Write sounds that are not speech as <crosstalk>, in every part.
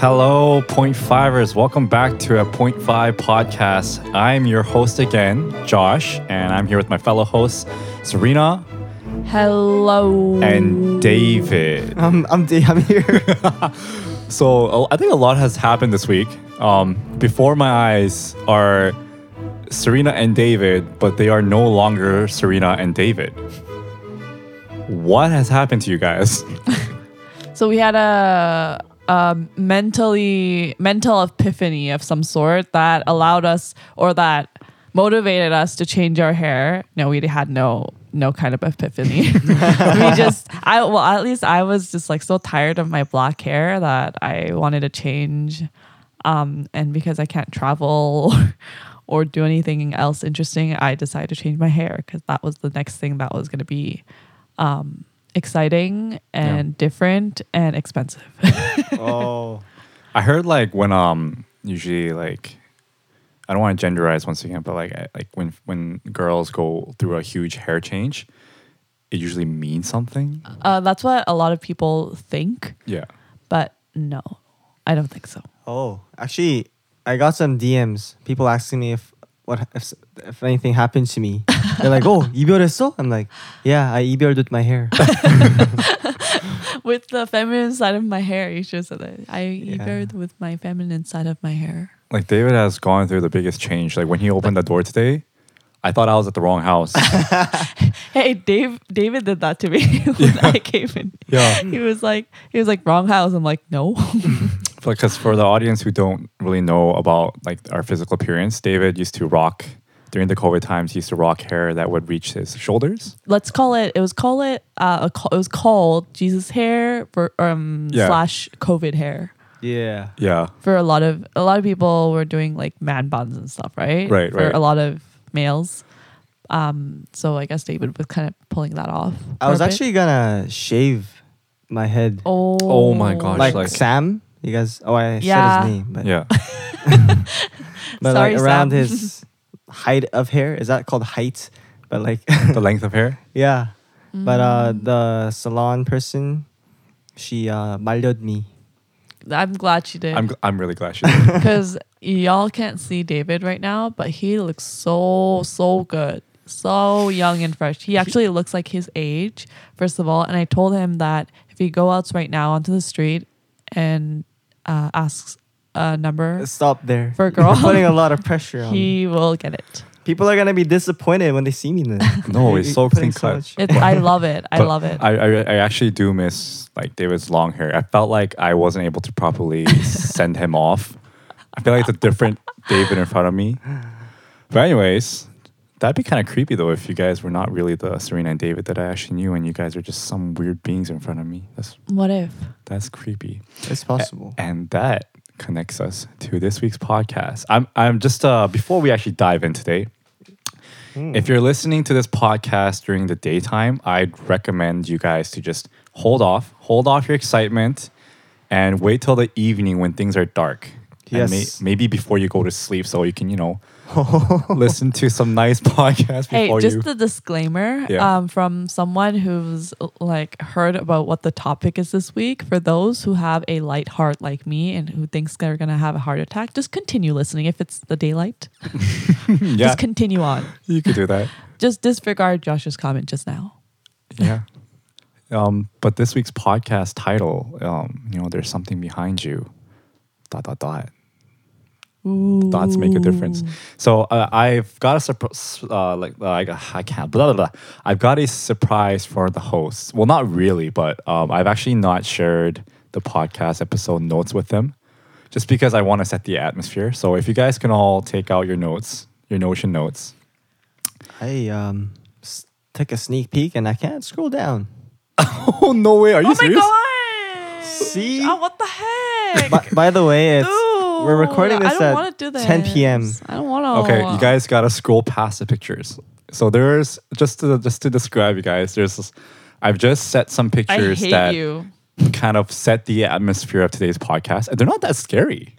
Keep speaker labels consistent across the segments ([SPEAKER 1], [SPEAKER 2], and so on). [SPEAKER 1] Hello, point fivers. Welcome back to a point five podcast. I'm your host again, Josh, and I'm here with my fellow hosts, Serena
[SPEAKER 2] Hello.
[SPEAKER 1] and David.
[SPEAKER 3] I'm I'm D. I'm here.
[SPEAKER 1] So a- I think a lot has happened this week. Um, before my eyes are Serena and David, but they are no longer Serena and David. What has happened to you guys?
[SPEAKER 2] so we had a, a mentally mental epiphany of some sort that allowed us or that motivated us to change our hair. No, we had no no kind of epiphany. <laughs> we just I well at least I was just like so tired of my black hair that I wanted to change. Um, and because I can't travel <laughs> or do anything else interesting, I decided to change my hair because that was the next thing that was going to be um, exciting and different and expensive.
[SPEAKER 3] <laughs>
[SPEAKER 2] <laughs>
[SPEAKER 3] oh,
[SPEAKER 1] I heard like when um usually like I don't want to genderize once again, but like I- like when when girls go through a huge hair change, it usually means something.
[SPEAKER 2] Uh, that's what a lot of people think,
[SPEAKER 1] Yeah.
[SPEAKER 2] but no, I don't think so.
[SPEAKER 3] oh. Actually, I got some DMs. People asking me if what if, if anything happened to me. They're like, <laughs> "Oh, 이별했어?" I'm like, "Yeah, I 이별ed with my <laughs> hair."
[SPEAKER 2] With the feminine side of my hair, you should have said that. I
[SPEAKER 3] Yeah.
[SPEAKER 2] either with my feminine side of my hair.
[SPEAKER 1] Like David has gone through the biggest change. Like when he opened the door today, I thought I was at the wrong house.
[SPEAKER 2] Hey, Dave, David did that to me <laughs> when I came in.
[SPEAKER 1] yeah.
[SPEAKER 2] He was like, he was like, wrong house. I'm like, no. <laughs>
[SPEAKER 1] Because for the audience who don't really know about like our physical appearance, David used to rock during the COVID times. He used to rock hair that would reach his shoulders.
[SPEAKER 2] Let's call it. It was call it. Uh, a call, it was called Jesus hair for, um
[SPEAKER 1] Yeah.
[SPEAKER 2] slash COVID hair.
[SPEAKER 3] yeah.
[SPEAKER 1] Yeah.
[SPEAKER 2] for a lot of a lot of people were doing like man buns and stuff, right?
[SPEAKER 1] Right,
[SPEAKER 2] for
[SPEAKER 1] right.
[SPEAKER 2] a lot of males. Um, so I guess David was kind of pulling that off.
[SPEAKER 3] I
[SPEAKER 2] for
[SPEAKER 3] was
[SPEAKER 2] a bit.
[SPEAKER 3] actually gonna shave my head,
[SPEAKER 2] oh,
[SPEAKER 1] Oh my gosh,
[SPEAKER 3] like,
[SPEAKER 1] like-
[SPEAKER 3] Sam. You guys. Oh, I
[SPEAKER 2] Yeah.
[SPEAKER 3] said his name, but,
[SPEAKER 1] Yeah.
[SPEAKER 3] but
[SPEAKER 2] Sorry,
[SPEAKER 3] like around
[SPEAKER 2] Sam.
[SPEAKER 3] <laughs> his height of hair. Is that called height? But like, <laughs>
[SPEAKER 1] the length of hair.
[SPEAKER 3] yeah. But uh, the salon person, she uh, 말렸 me.
[SPEAKER 2] I'm glad she did
[SPEAKER 1] I'm, gl- <laughs> I'm really glad she did.
[SPEAKER 2] because y'all can't see David right now, but he looks so so good, so young and fresh. He actually looks like his age, first of all. And I told him that if he go out right now onto the street and uh, asks a number,
[SPEAKER 3] Stop there.
[SPEAKER 2] For a girl.
[SPEAKER 3] <laughs> You're putting a lot of pressure on. me.
[SPEAKER 2] he will get it.
[SPEAKER 3] People are gonna be disappointed when they see me then.
[SPEAKER 1] <laughs> No, it's so clean
[SPEAKER 3] putting
[SPEAKER 1] cut.
[SPEAKER 3] much-
[SPEAKER 2] It's, I love it. I
[SPEAKER 1] But
[SPEAKER 2] love it.
[SPEAKER 1] I, I I actually do miss like David's long hair. I felt like I wasn't able to
[SPEAKER 2] <laughs>
[SPEAKER 1] properly send him off. I feel like it's a different David in front of me. But anyways, that'd be kind of creepy though if you guys were not really the Serena and David that I actually knew, and you guys are just some weird beings in front of me. That's
[SPEAKER 2] what if?
[SPEAKER 1] that's creepy.
[SPEAKER 3] It's possible.
[SPEAKER 1] And that connects us to this week's podcast. I'm I'm just uh before we actually dive in today.
[SPEAKER 3] Hmm.
[SPEAKER 1] If you're listening to this podcast during the daytime, I'd recommend you guys to just hold off, hold off your excitement and wait till the evening when things are dark. And may-
[SPEAKER 3] Yes.
[SPEAKER 1] maybe before you go to sleep so you can, you
[SPEAKER 3] <laughs>
[SPEAKER 1] know, listen to some nice <laughs> podcast
[SPEAKER 2] Hey,
[SPEAKER 1] before <laughs>
[SPEAKER 2] just
[SPEAKER 1] you
[SPEAKER 2] the disclaimer
[SPEAKER 1] Yeah.
[SPEAKER 2] um, from someone who's like heard about what the topic is this week. For those who have a light heart like me and who thinks they're gonna have a heart attack, just continue listening. If it's the daylight,
[SPEAKER 1] Yeah,
[SPEAKER 2] just continue on.
[SPEAKER 1] you could do that.
[SPEAKER 2] Just disregard Josh's comment just now.
[SPEAKER 1] Yeah. <laughs> Um, but this week's podcast title, um, you know, there's something behind you. Dot dot dot. Thoughts make a difference. So uh, I've got a surprise. Uh, like uh, I, got- I can't. Blah, blah blah. I've got a surprise for the hosts. Well, not really, but um, I've actually not shared the podcast episode notes with them, just because I want to set the atmosphere. So if you guys can all take out your notes, your Notion notes.
[SPEAKER 3] I um s- took a sneak peek and I can't scroll
[SPEAKER 1] <laughs>
[SPEAKER 3] down.
[SPEAKER 1] <laughs> Oh no way! Are you serious?
[SPEAKER 2] god!
[SPEAKER 3] See?
[SPEAKER 2] Oh, what the heck?
[SPEAKER 3] By, by the way, it's we're
[SPEAKER 2] Dude,
[SPEAKER 3] recording
[SPEAKER 2] I
[SPEAKER 3] this
[SPEAKER 2] don't wanna
[SPEAKER 3] at
[SPEAKER 2] do
[SPEAKER 3] 10 p.m.
[SPEAKER 2] this. I don't want to.
[SPEAKER 1] Okay, you guys gotta scroll past the pictures. So there's just to just to describe you guys. There's this, I've just set some
[SPEAKER 2] I
[SPEAKER 1] pictures
[SPEAKER 2] hate
[SPEAKER 1] that
[SPEAKER 2] you.
[SPEAKER 1] kind of set the atmosphere of today's podcast. And they're not that scary.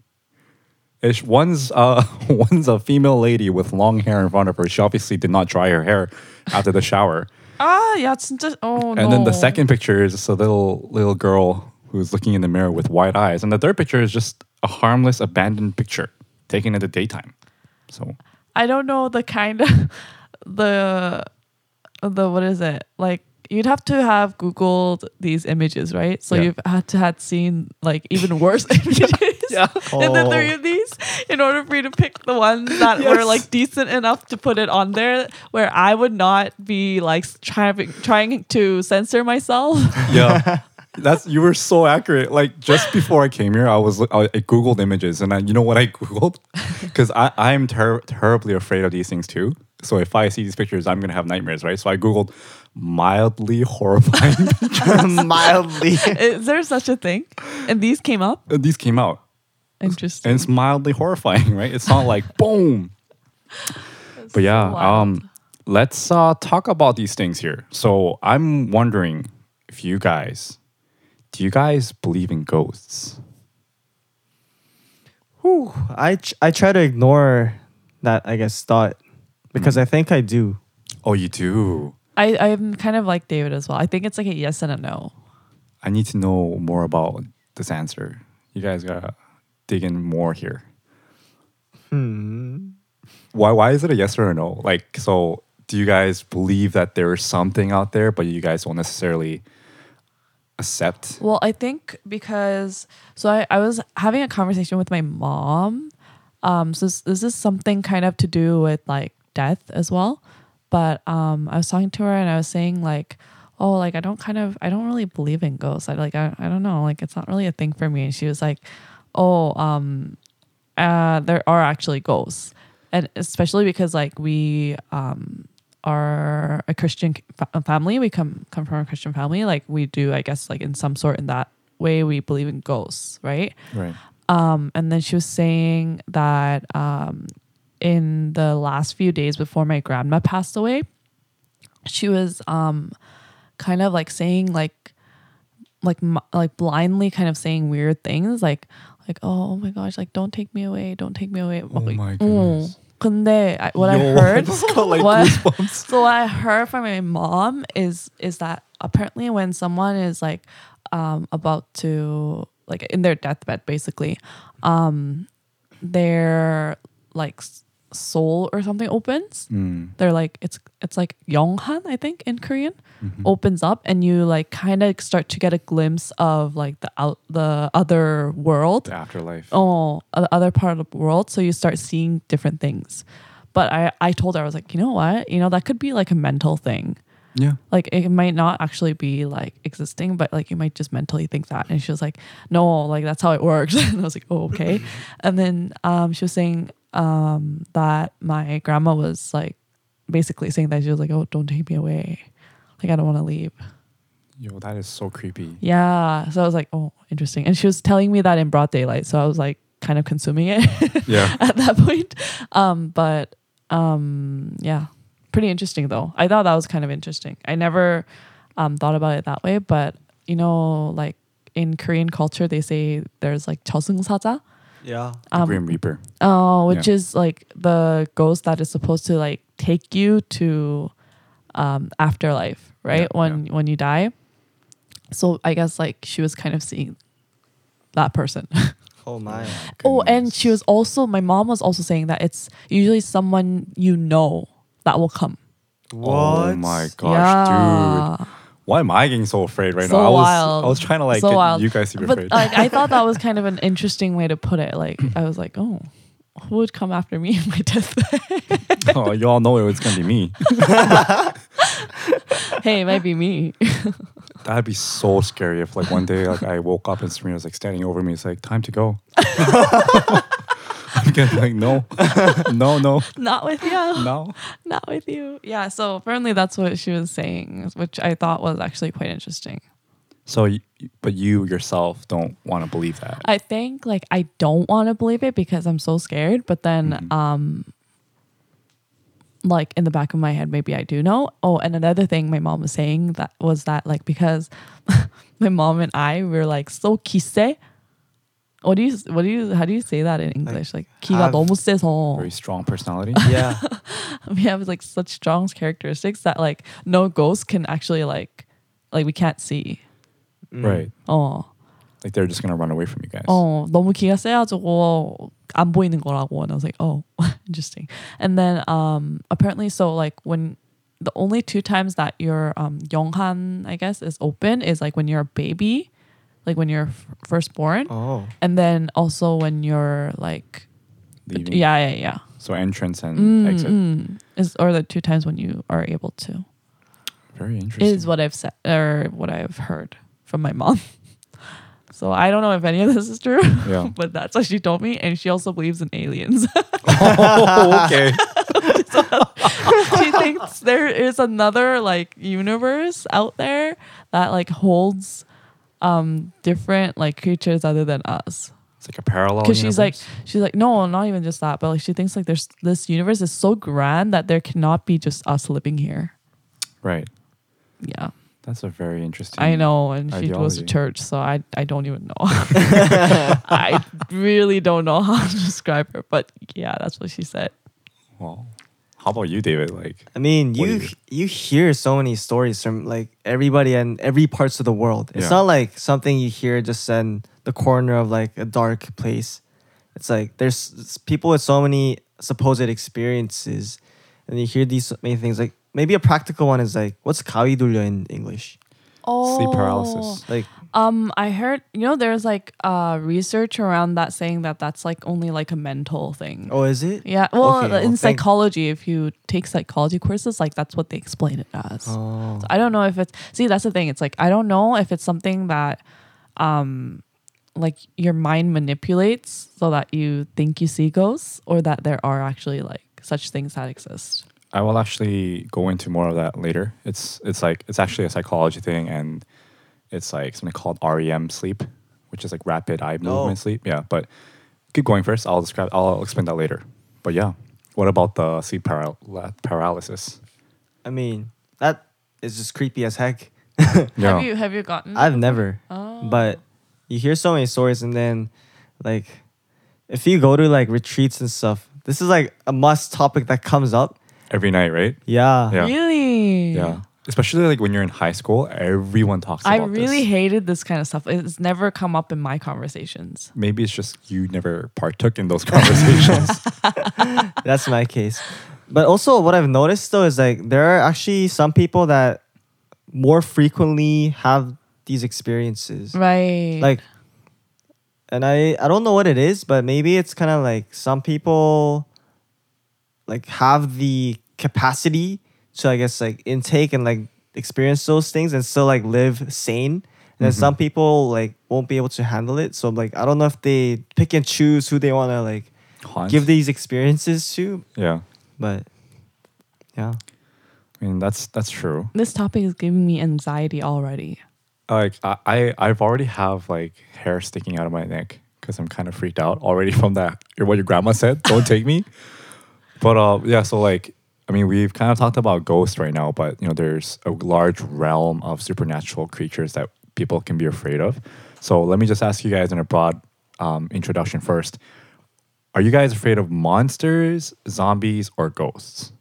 [SPEAKER 1] Ish. One's uh one's a <laughs> female lady with long hair in front of her. She obviously did not dry her hair after the shower.
[SPEAKER 2] Ah, yeah, it's just. Oh no.
[SPEAKER 1] And then the second picture is just a little little girl who's looking in the mirror with wide eyes. And the third picture is just a harmless, abandoned picture taken in the daytime. So
[SPEAKER 2] I don't know the kind of <laughs> the the what is it like. You'd have to have Googled these images, right? So
[SPEAKER 1] Yeah.
[SPEAKER 2] you've had to had seen like even worse <laughs> images
[SPEAKER 1] Yeah.
[SPEAKER 2] than the
[SPEAKER 3] Oh.
[SPEAKER 2] three of these in order for you to pick the ones that were
[SPEAKER 1] Yes.
[SPEAKER 2] like decent enough to put it on there, where I would not be like trying trying to censor
[SPEAKER 1] <laughs>
[SPEAKER 2] myself.
[SPEAKER 1] yeah, that's you were so accurate. Like just before I came here, I was look- I, I googled images, and I, you know what I <laughs> googled? Because I I'm ter- terribly afraid of these things too. So if I see these pictures, I'm gonna have nightmares, right? So I googled mildly <laughs> horrifying.
[SPEAKER 2] <laughs>
[SPEAKER 3] <laughs> Mildly.
[SPEAKER 2] Is there such a thing? And these came up.
[SPEAKER 1] these came out,
[SPEAKER 2] Interesting.
[SPEAKER 1] and it's mildly horrifying, right? It's not like <laughs> boom. But yeah,
[SPEAKER 2] wild.
[SPEAKER 1] um, let's uh, talk about these things here. So I'm wondering if you guys, do you guys believe in ghosts?
[SPEAKER 3] Whew. I ch- I try to ignore that I guess thought
[SPEAKER 1] Mm.
[SPEAKER 3] because I think I do.
[SPEAKER 1] Oh, you do.
[SPEAKER 2] I, I'm kind of like David as well. I think it's like a yes and a no.
[SPEAKER 1] I need to know more about this answer. You guys gotta dig in more here. Hmm. Why? Why is it a yes or a no? Like, so do you guys believe that there is something out there, but you guys don't necessarily accept?
[SPEAKER 2] Well, I think because so I, I was having a conversation with my mom. Um, so this, this is something kind of to do with like death as well. But um, I was talking to her and I was saying like, oh, like I don't kind of I don't really believe in ghosts. I like I, I don't know like it's not really a thing for me. And she was like, oh, um, uh, there are actually ghosts, and especially because like we um are a Christian fa- family. We come come from a Christian family. Like we do, I guess, like in some sort in that way, we believe in ghosts, right?
[SPEAKER 1] Right.
[SPEAKER 2] Um, and then she was saying that um, in the last few days before my grandma passed away, she was um, kind of like saying like like m- like blindly kind of saying weird things like like oh, my gosh like don't take me away don't take me away
[SPEAKER 1] Oh my
[SPEAKER 2] Mm.
[SPEAKER 1] goodness.
[SPEAKER 2] 근데 I- what I
[SPEAKER 1] Yo, <laughs>
[SPEAKER 2] heard
[SPEAKER 1] just got,
[SPEAKER 2] <laughs>
[SPEAKER 1] like,
[SPEAKER 2] what-
[SPEAKER 1] goosebumps.
[SPEAKER 2] so what I heard from my mom is is that apparently when someone is like um, about to like in their deathbed basically, um, their like s- soul or something opens.
[SPEAKER 1] Mm.
[SPEAKER 2] They're like it's it's like yonghan I think in Korean
[SPEAKER 1] Mm-hmm.
[SPEAKER 2] opens up and you like kind of start to get a glimpse of like the out the other world
[SPEAKER 1] The afterlife.
[SPEAKER 2] oh the other part of the world so you start seeing different things but i i told her i was like you know what you know that could be like a mental thing
[SPEAKER 1] Yeah.
[SPEAKER 2] like it might not actually be like existing but like you might just mentally think that and she was like no like that's how it works <laughs> and i was like oh okay and then um she was saying um that my grandma was like basically saying that she was like oh don't take me away like i don't want to leave
[SPEAKER 1] Yo, that is so creepy.
[SPEAKER 2] yeah so i was like oh interesting and she was telling me that in broad daylight so i was like kind of consuming
[SPEAKER 1] <laughs>
[SPEAKER 2] it
[SPEAKER 1] Yeah.
[SPEAKER 2] <laughs> at that point. Um, but um, yeah, pretty interesting though. I thought that was kind of interesting. I never um, thought about it that way, but you know, like in Korean culture, they say there's like 저승사자, Um,
[SPEAKER 3] Yeah.
[SPEAKER 1] the Grim Reaper.
[SPEAKER 2] oh, which
[SPEAKER 1] Yeah.
[SPEAKER 2] is like the ghost that is supposed to like take you to um, afterlife, right?
[SPEAKER 1] Yeah,
[SPEAKER 2] when when you die. So I guess like she was kind of seeing that person.
[SPEAKER 3] Oh my.
[SPEAKER 2] Oh, and she was also my mom was also saying that it's usually someone you know that will come.
[SPEAKER 3] What?
[SPEAKER 1] Oh
[SPEAKER 2] <laughs>
[SPEAKER 1] my gosh, dude. Why am I getting so afraid right
[SPEAKER 2] So
[SPEAKER 1] now? I was
[SPEAKER 2] wild.
[SPEAKER 1] I was trying to like
[SPEAKER 2] So
[SPEAKER 1] get
[SPEAKER 2] wild.
[SPEAKER 1] you guys to be
[SPEAKER 2] But
[SPEAKER 1] afraid.
[SPEAKER 2] like I thought that was kind of <laughs> an interesting way to put it. Like I was like, oh, who would come after me <laughs> in my deathbed? <laughs>
[SPEAKER 1] oh, you all know it was gonna be me.
[SPEAKER 2] hey, it might be me.
[SPEAKER 1] That'd be so scary if like one day like I woke up and Serena was like standing over me. It's like time to go. <laughs> I'm getting like no, no, no,
[SPEAKER 2] <laughs> Not with you.
[SPEAKER 1] no.
[SPEAKER 2] Not with you. Yeah. So apparently that's what she was saying, which I thought was actually quite interesting.
[SPEAKER 1] So, y- but you yourself don't want to believe that.
[SPEAKER 2] I think like I don't want to believe it because I'm so scared, but then um like in the back of my head maybe I do know. Oh, and another thing my mom was saying that was that like because <laughs> my mom and I we were like so kise. What do you what do you how do you say that in English? Like 기가
[SPEAKER 3] have-
[SPEAKER 2] 너무 세서.
[SPEAKER 1] Very strong personality.
[SPEAKER 3] Yeah.
[SPEAKER 2] <laughs> We have like such strong characteristics that like no ghost can actually like like we can't see.
[SPEAKER 1] Right.
[SPEAKER 2] Oh.
[SPEAKER 1] Like they're just gonna run away from you guys.
[SPEAKER 2] 어, "Oh, 너무 기가 세가지고 안 보이는 거라고. And I was like, oh, <laughs> interesting. And then um, apparently, so like when the only two times that your um, Yonghan, I guess, is open is like when you're a baby, like when you're f- firstborn,
[SPEAKER 3] Oh.
[SPEAKER 2] and then also when you're like,
[SPEAKER 1] Leaving.
[SPEAKER 2] yeah, yeah, yeah.
[SPEAKER 1] So entrance and
[SPEAKER 2] Mm,
[SPEAKER 1] exit.
[SPEAKER 2] mm. Is or the two times when you are able to
[SPEAKER 1] Very interesting.
[SPEAKER 2] is what I've said or what I've heard from my mom. <laughs> So I don't know if any of this is true. <laughs>
[SPEAKER 1] Yeah.
[SPEAKER 2] but that's what she told me. And she also believes in aliens. <laughs>
[SPEAKER 1] oh, okay.
[SPEAKER 2] she thinks there is another like universe out there that like holds um different like creatures other than us.
[SPEAKER 1] It's like a parallel.
[SPEAKER 2] Because she's like
[SPEAKER 1] universe.
[SPEAKER 2] she's like, no, not even just that, but like she thinks like there's this universe is so grand that there cannot be just us living here.
[SPEAKER 1] right.
[SPEAKER 2] Yeah.
[SPEAKER 1] That's a very interesting.
[SPEAKER 2] I know, and she goes
[SPEAKER 1] ideology.
[SPEAKER 2] to church, so I I don't even know. I really don't know how to describe her, but yeah, that's what she said.
[SPEAKER 1] Well, how about you, David? Like,
[SPEAKER 3] I mean,
[SPEAKER 1] What
[SPEAKER 3] you
[SPEAKER 1] do you
[SPEAKER 3] you hear so many stories from like everybody and every parts of the world. It's
[SPEAKER 1] Yeah.
[SPEAKER 3] not like something you hear just in the corner of like a dark place. It's like there's s- people with so many supposed experiences, and you hear these many things. Like maybe a practical one is like, what's kawi dulyo in English?
[SPEAKER 2] Oh,
[SPEAKER 1] Sleep paralysis.
[SPEAKER 3] Like
[SPEAKER 2] Um, I heard you know there's like uh research around that saying that that's like only like a mental thing.
[SPEAKER 3] oh, is it?
[SPEAKER 2] Yeah, well, uh,
[SPEAKER 3] Okay,
[SPEAKER 2] in
[SPEAKER 3] well, thank-
[SPEAKER 2] psychology, if you take psychology courses, like that's what they explain it as.
[SPEAKER 3] Oh.
[SPEAKER 2] So I don't know if it's see that's the thing. It's like I don't know if it's something that, um, like your mind manipulates so that you think you see ghosts, or that there are actually like such things that exist.
[SPEAKER 1] I will actually go into more of that later. It's it's like it's actually a psychology thing, and it's like something called REM sleep, which is like rapid eye movement
[SPEAKER 3] Oh.
[SPEAKER 1] sleep. Yeah, but keep going first. I'll describe. I'll explain that later. But yeah, what about the sleep paral- la- paralysis?
[SPEAKER 3] I mean, that is just creepy as heck.
[SPEAKER 1] Yeah,
[SPEAKER 2] Have you have you gotten?
[SPEAKER 3] I've never.
[SPEAKER 2] Oh.
[SPEAKER 3] But you hear so many stories, and then like if you go to like retreats and stuff, this is like a must topic that comes up.
[SPEAKER 1] every night, right?
[SPEAKER 3] Yeah.
[SPEAKER 1] Yeah.
[SPEAKER 2] Really?
[SPEAKER 1] Yeah, especially like when you're in high school, everyone talks.
[SPEAKER 2] I
[SPEAKER 1] about
[SPEAKER 2] really
[SPEAKER 1] this.
[SPEAKER 2] hated this kind of stuff. It's never come up in my conversations.
[SPEAKER 1] Maybe it's just you never partook in those <laughs>
[SPEAKER 2] <laughs>
[SPEAKER 1] conversations.
[SPEAKER 3] That's my case. But also what I've noticed though is like there are actually some people that more frequently have these experiences.
[SPEAKER 2] Right.
[SPEAKER 3] Like and I I don't know what it is, but maybe it's kind of like some people like have the capacity to I guess like intake and like experience those things and still like live sane. And then some people like won't be able to handle it. So like I don't know if they pick and choose who they want to like
[SPEAKER 1] Haunt?
[SPEAKER 3] give these experiences to,
[SPEAKER 1] yeah,
[SPEAKER 3] but yeah.
[SPEAKER 1] I mean that's that's true.
[SPEAKER 2] this topic is giving me anxiety already.
[SPEAKER 1] like I, I I've already have like hair sticking out of my neck because I'm kind of freaked out already from that what your grandma said. Don't take me. But uh, yeah, so like I mean, we've kind of talked about ghosts right now, but you know, there's a large realm of supernatural creatures that people can be afraid of. So let me just ask you guys in a broad um, introduction first: Are you guys afraid of monsters, zombies, or ghosts?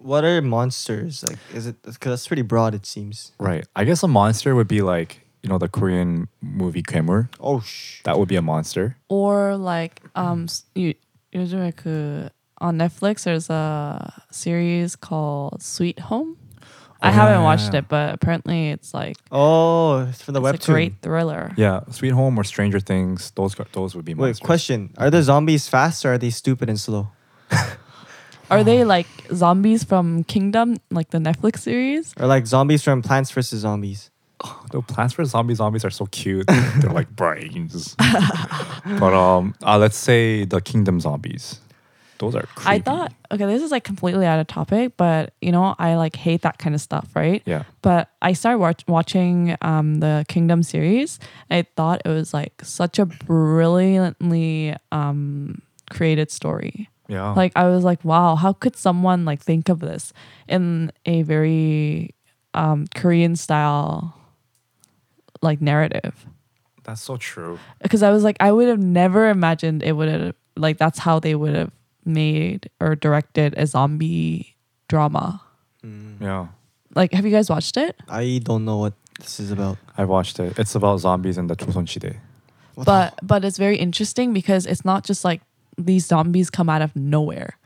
[SPEAKER 3] What are monsters like? Is it because that's pretty broad? It seems.
[SPEAKER 1] Right. I guess a monster would be like you know the Korean movie Kemur.
[SPEAKER 3] Oh sh.
[SPEAKER 1] That would be a monster.
[SPEAKER 2] Or like um s- you 요즘에 그 on Netflix there's a series called Sweet Home. I
[SPEAKER 1] Oh,
[SPEAKER 2] haven't
[SPEAKER 1] yeah, yeah,
[SPEAKER 2] watched
[SPEAKER 1] yeah.
[SPEAKER 2] it, but apparently it's like
[SPEAKER 3] Oh, it's from the
[SPEAKER 2] it's
[SPEAKER 3] webtoon.
[SPEAKER 2] a great thriller.
[SPEAKER 1] Yeah, Sweet Home or Stranger Things, those gu- those would be
[SPEAKER 3] Wait,
[SPEAKER 1] monsters.
[SPEAKER 3] question: Are the zombies fast or are they stupid and slow?
[SPEAKER 2] Are they like zombies from Kingdom, like the Netflix series?
[SPEAKER 3] Or like zombies from Plants vs Zombies?
[SPEAKER 1] The Plants vs Zombie zombies are so cute. They're like
[SPEAKER 3] <laughs>
[SPEAKER 1] brains. but um, uh, let's say the Kingdom zombies. Those are creepy.
[SPEAKER 2] I thought okay, this is like completely out of topic, but you know I like hate that kind of stuff, right?
[SPEAKER 1] Yeah.
[SPEAKER 2] But I started watch- watching um, the Kingdom series. And I thought it was like such a brilliantly um, created story.
[SPEAKER 1] Yeah.
[SPEAKER 2] Like I was like, wow, how could someone like think of this in a very um, Korean style like narrative?
[SPEAKER 1] that's so true.
[SPEAKER 2] because I was like, I would have never imagined it would have like that's how they would have made or directed a zombie drama.
[SPEAKER 1] Yeah.
[SPEAKER 3] Mm.
[SPEAKER 2] Like, have you guys watched it?
[SPEAKER 3] I don't know what This is about
[SPEAKER 1] I watched it. It's about zombies in the Joseon Shide.
[SPEAKER 3] what the-
[SPEAKER 2] but but it's very interesting because it's not just like these zombies come out of nowhere.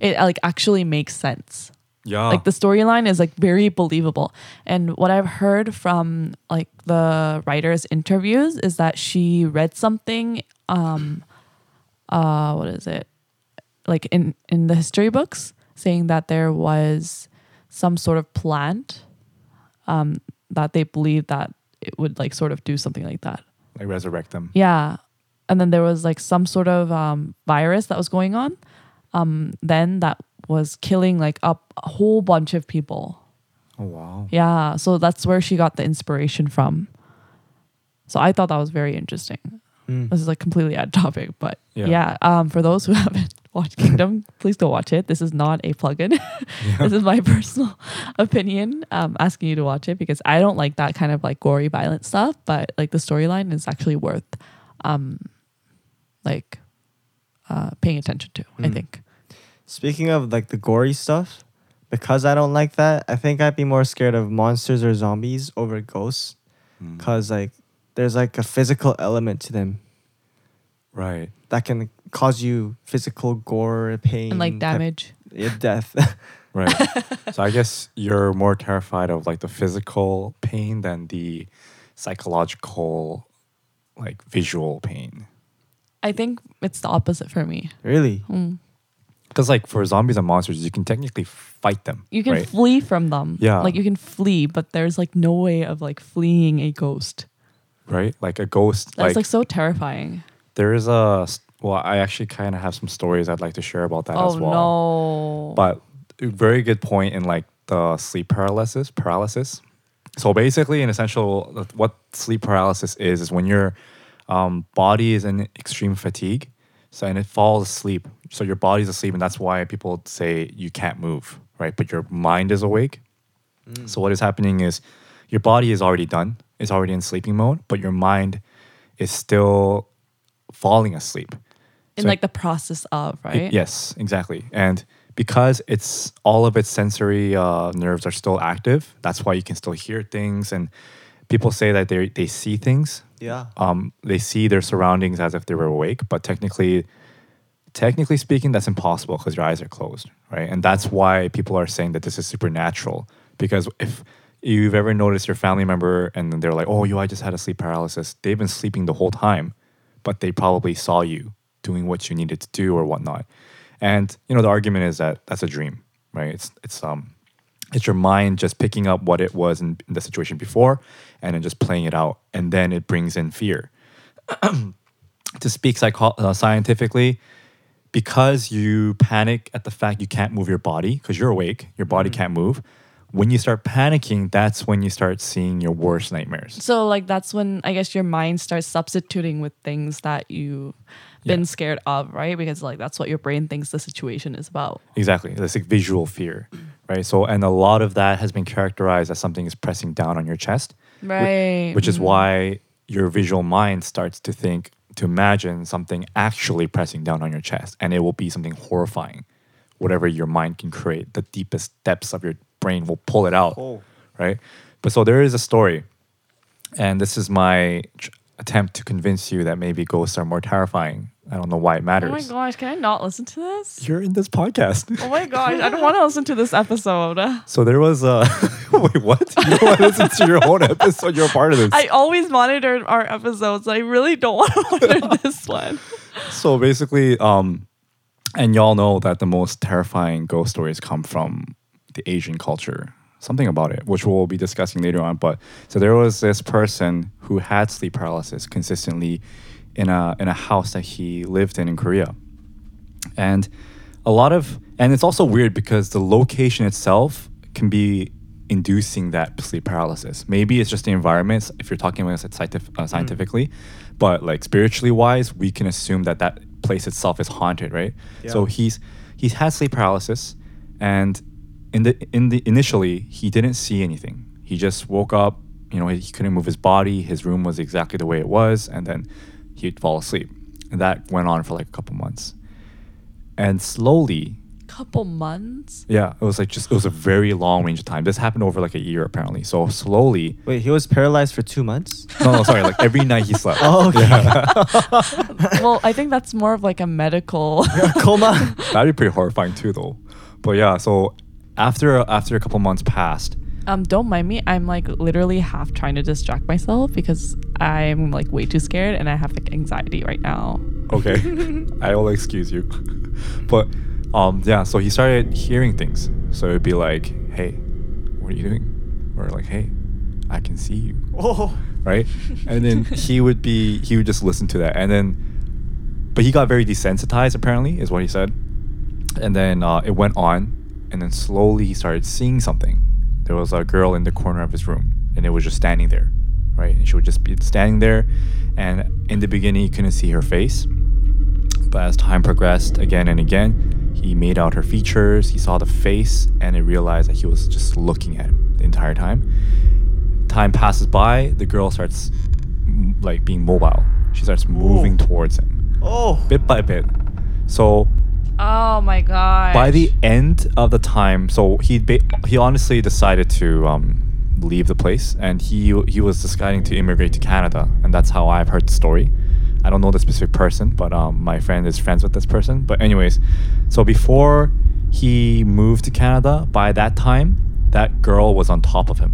[SPEAKER 2] It like actually makes sense.
[SPEAKER 1] Yeah.
[SPEAKER 2] Like the storyline is like very believable. And what I've heard from like the writer's interviews is that she read something um uh what is it? Like in in the history books saying that there was some sort of plant um that they believed that it would like sort of do something like that.
[SPEAKER 1] like resurrect them.
[SPEAKER 2] Yeah. And then there was like some sort of um, virus that was going on um, then that was killing like up a whole bunch of people.
[SPEAKER 1] Oh wow.
[SPEAKER 2] Yeah. So that's where she got the inspiration from. So I thought that was very interesting.
[SPEAKER 3] Mm.
[SPEAKER 2] This is like completely out of topic, but
[SPEAKER 1] Yeah.
[SPEAKER 2] yeah. um, for those who <laughs> haven't watched Kingdom, please go watch it. This is not a plug-in. <laughs> this is my <laughs> personal opinion. Um, asking you to watch it because I don't like that kind of like gory, violent stuff. But like the storyline is actually worth, um, like, uh, paying attention to. I
[SPEAKER 3] Mm.
[SPEAKER 2] think.
[SPEAKER 3] Speaking of like the gory stuff, because I don't like that, I think I'd be more scared of monsters or zombies over ghosts.
[SPEAKER 1] Mm.
[SPEAKER 3] Cause like there's like a physical element to them
[SPEAKER 1] Right.
[SPEAKER 3] that can cause you physical gore, pain,
[SPEAKER 2] And like
[SPEAKER 3] type-
[SPEAKER 2] damage.
[SPEAKER 3] yeah, death. <laughs>
[SPEAKER 2] <laughs>
[SPEAKER 1] Right. so I guess you're more terrified of like the physical pain than the psychological, like visual pain.
[SPEAKER 2] I think it's the opposite for me.
[SPEAKER 3] really?
[SPEAKER 2] Mm.
[SPEAKER 1] Because like for zombies and monsters, you can technically fight them.
[SPEAKER 2] You can
[SPEAKER 1] right?
[SPEAKER 2] flee from them.
[SPEAKER 1] Yeah.
[SPEAKER 2] Like you can flee, but there's like no way of like fleeing a ghost.
[SPEAKER 1] right? Like a ghost.
[SPEAKER 2] That's like,
[SPEAKER 1] Like,
[SPEAKER 2] so terrifying.
[SPEAKER 1] there is a s- well, I actually kind of have some stories I'd like to share about that
[SPEAKER 2] Oh
[SPEAKER 1] as well.
[SPEAKER 2] no.
[SPEAKER 1] But a very good point in like the sleep paralysis. Paralysis. So basically, in essential, what sleep paralysis is is when your um, body is in extreme fatigue, so and it falls asleep. So your body's asleep, and that's why people say you can't move, right? But your mind is awake. So what is happening is your body is already done, it's already in sleeping mode, but your mind is still falling asleep.
[SPEAKER 2] in
[SPEAKER 1] so-
[SPEAKER 2] like the process of,
[SPEAKER 1] I-
[SPEAKER 2] right?
[SPEAKER 1] Yes, exactly. And because it's all of its sensory uh, nerves are still active, that's why you can still hear things. And people say that they they see things.
[SPEAKER 3] Yeah.
[SPEAKER 1] Um, they see their surroundings as if they were awake, but technically, technically speaking, that's impossible because your eyes are closed, right? And that's why people are saying that this is supernatural because if you've ever noticed your family member and then they're like, "Oh, you, I just had a sleep paralysis," they've been sleeping the whole time, but they probably saw you doing what you needed to do or whatnot. And you know, the argument is that that's a dream, right? It's it's um it's your mind just picking up what it was in, in the situation before and then just playing it out and then it brings in fear to speak psycho- uh, scientifically because you panic at the fact you can't move your body because you're awake your body can't move when you start panicking that's when you start seeing your worst nightmares
[SPEAKER 2] So like that's when I guess your mind starts substituting with things that you've been scared of, right? Because like that's what your brain thinks the situation is about.
[SPEAKER 1] exactly that's like visual fear right so and a lot of that has been characterized as something is pressing down on your chest
[SPEAKER 2] Right.
[SPEAKER 1] which is why your visual mind starts to think to imagine something actually pressing down on your chest and it will be something horrifying whatever your mind can create the deepest depths of your brain will pull it out
[SPEAKER 3] Oh.
[SPEAKER 1] right but so there is a story and this is my tr- attempt to convince you that maybe ghosts are more terrifying i don't know why it
[SPEAKER 2] Oh my
[SPEAKER 1] matters
[SPEAKER 2] gosh, can I not listen to this?
[SPEAKER 1] you're in this podcast <laughs>
[SPEAKER 2] Oh my gosh, I don't want to listen to this episode.
[SPEAKER 1] so there was a <laughs> wait what you don't listen to your own episode you're a part of this
[SPEAKER 2] I always monitored our episodes. I really don't want to <laughs> monitor this one.
[SPEAKER 1] so basically, um, and y'all know that the most terrifying ghost stories come from the Asian culture. Something about it, which we'll be discussing later on. But so there was this person who had sleep paralysis consistently in a in a house that he lived in in Korea, and a lot of and it's also weird because the location itself can be inducing that sleep paralysis. Maybe it's just the environment if you're talking about it scientif- uh, scientifically, but like spiritually wise, we can assume that that place itself is haunted, right? So
[SPEAKER 3] Yeah.
[SPEAKER 1] he's he's had sleep paralysis, and in the in the initially he didn't see anything. He just woke up. You know, he, he couldn't move his body. His room was exactly the way it was, and then he'd fall asleep. And that went on for like a couple months. And slowly,
[SPEAKER 2] couple months.
[SPEAKER 1] Yeah, it was like just it was a very long range of time. This happened over like a year apparently. So slowly,
[SPEAKER 3] Wait, he was paralyzed for two
[SPEAKER 2] <laughs>
[SPEAKER 3] months.
[SPEAKER 1] no, no, sorry, like every night he slept.
[SPEAKER 3] <laughs> Oh, okay.
[SPEAKER 2] <laughs> well, I think that's more of like a medical.
[SPEAKER 3] <laughs> Coma.
[SPEAKER 1] That'd be pretty horrifying too, though. But yeah, so after after a couple months passed,
[SPEAKER 2] um, don't mind me. I'm like literally half trying to distract myself because I'm like way too scared and I have like anxiety right now. <laughs>
[SPEAKER 1] okay, I will excuse you. but um, yeah, so he started hearing things. So it'd be like, hey, what are you doing? Or like, hey, I can see you.
[SPEAKER 3] oh.
[SPEAKER 1] right? And then he would be he would just listen to that, and then but he got very desensitized apparently is what he said, and then uh, it went on, and then slowly he started seeing something. There was a girl in the corner of his room, and it was just standing there, right? And she would just be standing there, and in the beginning he couldn't see her face, but as time progressed again and again, he made out her features, he saw the face, and he realized that he was just looking at him the entire time time passes by, the girl starts m- like being mobile. She starts moving towards him,
[SPEAKER 3] Oh.
[SPEAKER 1] bit by bit. So
[SPEAKER 2] Oh my god.
[SPEAKER 1] by the end of the time, so he ba- he honestly decided to um, leave the place, and he he was deciding to immigrate to Canada, and that's how I've heard the story. I don't know the specific person, but um, my friend is friends with this person. But anyways, so before he moved to Canada, by that time, that girl was on top of him,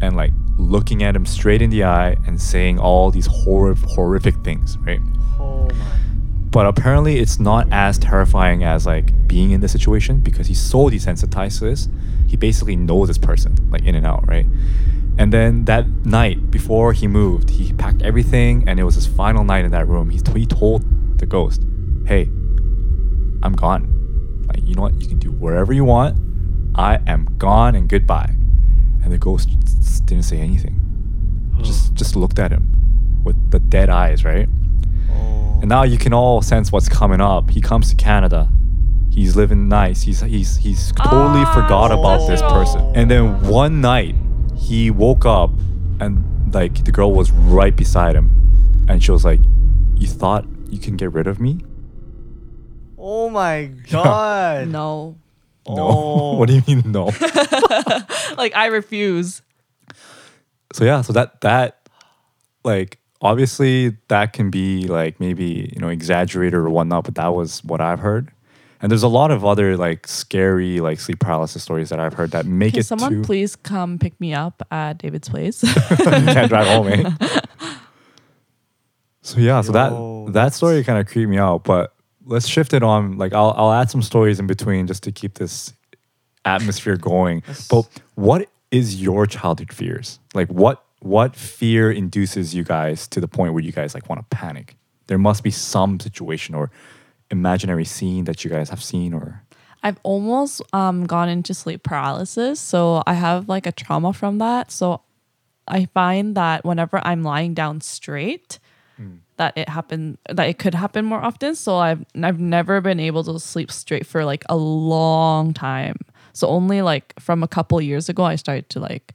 [SPEAKER 1] and like looking at him straight in the eye and saying all these horror horrific things, right?
[SPEAKER 3] Oh my.
[SPEAKER 1] But apparently, it's not as terrifying as like being in this situation because he's so desensitized to this. He basically knows this person like in and out, right? And then that night before he moved, he packed everything, and it was his final night in that room. He, he told the ghost, "Hey, I'm gone. Like you know what? You can do whatever you want. I am gone and goodbye." And the ghost s- s- didn't say anything. Just just looked at him with the dead eyes, right?
[SPEAKER 3] Oh.
[SPEAKER 1] And now you can all sense what's coming up. He comes to Canada. He's living nice. He's he's he's totally
[SPEAKER 2] Ah,
[SPEAKER 1] forgot about this
[SPEAKER 2] special.
[SPEAKER 1] person. And then one night, he woke up, and like the girl was right beside him, and she was like, "You thought you can get rid of me?
[SPEAKER 3] Oh my god.
[SPEAKER 2] no,
[SPEAKER 1] No. <laughs>
[SPEAKER 3] Oh.
[SPEAKER 1] what do you mean no?
[SPEAKER 2] like I refuse.
[SPEAKER 1] so yeah, so that that like obviously that can be like maybe you know exaggerated or whatnot, but that was what I've heard. And there's a lot of other like scary like sleep paralysis stories that I've heard that make
[SPEAKER 2] Can
[SPEAKER 1] it to
[SPEAKER 2] someone please come pick me up at David's place? <laughs>
[SPEAKER 1] <laughs> can't drive home. Eh? <laughs> so yeah, so
[SPEAKER 3] Yo,
[SPEAKER 1] that that story kind of creeped me out. But let's shift it on. Like I'll I'll add some stories in between just to keep this atmosphere going. But what is your childhood fears? Like what what fear induces you guys to the point where you guys like want to panic? There must be some situation or imaginary scene that you guys have seen or
[SPEAKER 2] I've almost um, gone into sleep paralysis, so I have like a trauma from that. So I find that whenever I'm lying down straight,
[SPEAKER 3] Mm.
[SPEAKER 2] that it happen that it could happen more often. So I've I've never been able to sleep straight for like a long time. So only like from a couple years ago, I started to like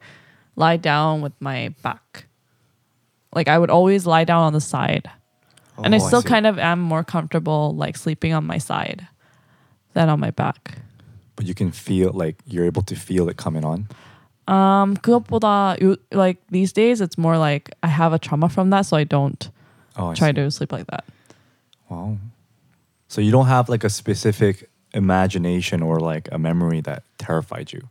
[SPEAKER 2] lie down with my back. Like I would always lie down on the side, and I
[SPEAKER 3] Oh, I
[SPEAKER 2] still
[SPEAKER 3] see.
[SPEAKER 2] kind of am more comfortable like sleeping on my side than on my back.
[SPEAKER 1] but you can feel like you're able to feel it coming on.
[SPEAKER 2] Um, 그것보다 요- like these days, it's more like I have a trauma from that, so I don't
[SPEAKER 1] Oh, I
[SPEAKER 2] try
[SPEAKER 1] see.
[SPEAKER 2] to sleep like that.
[SPEAKER 1] Wow. So you don't have like a specific imagination or like a memory that terrified you.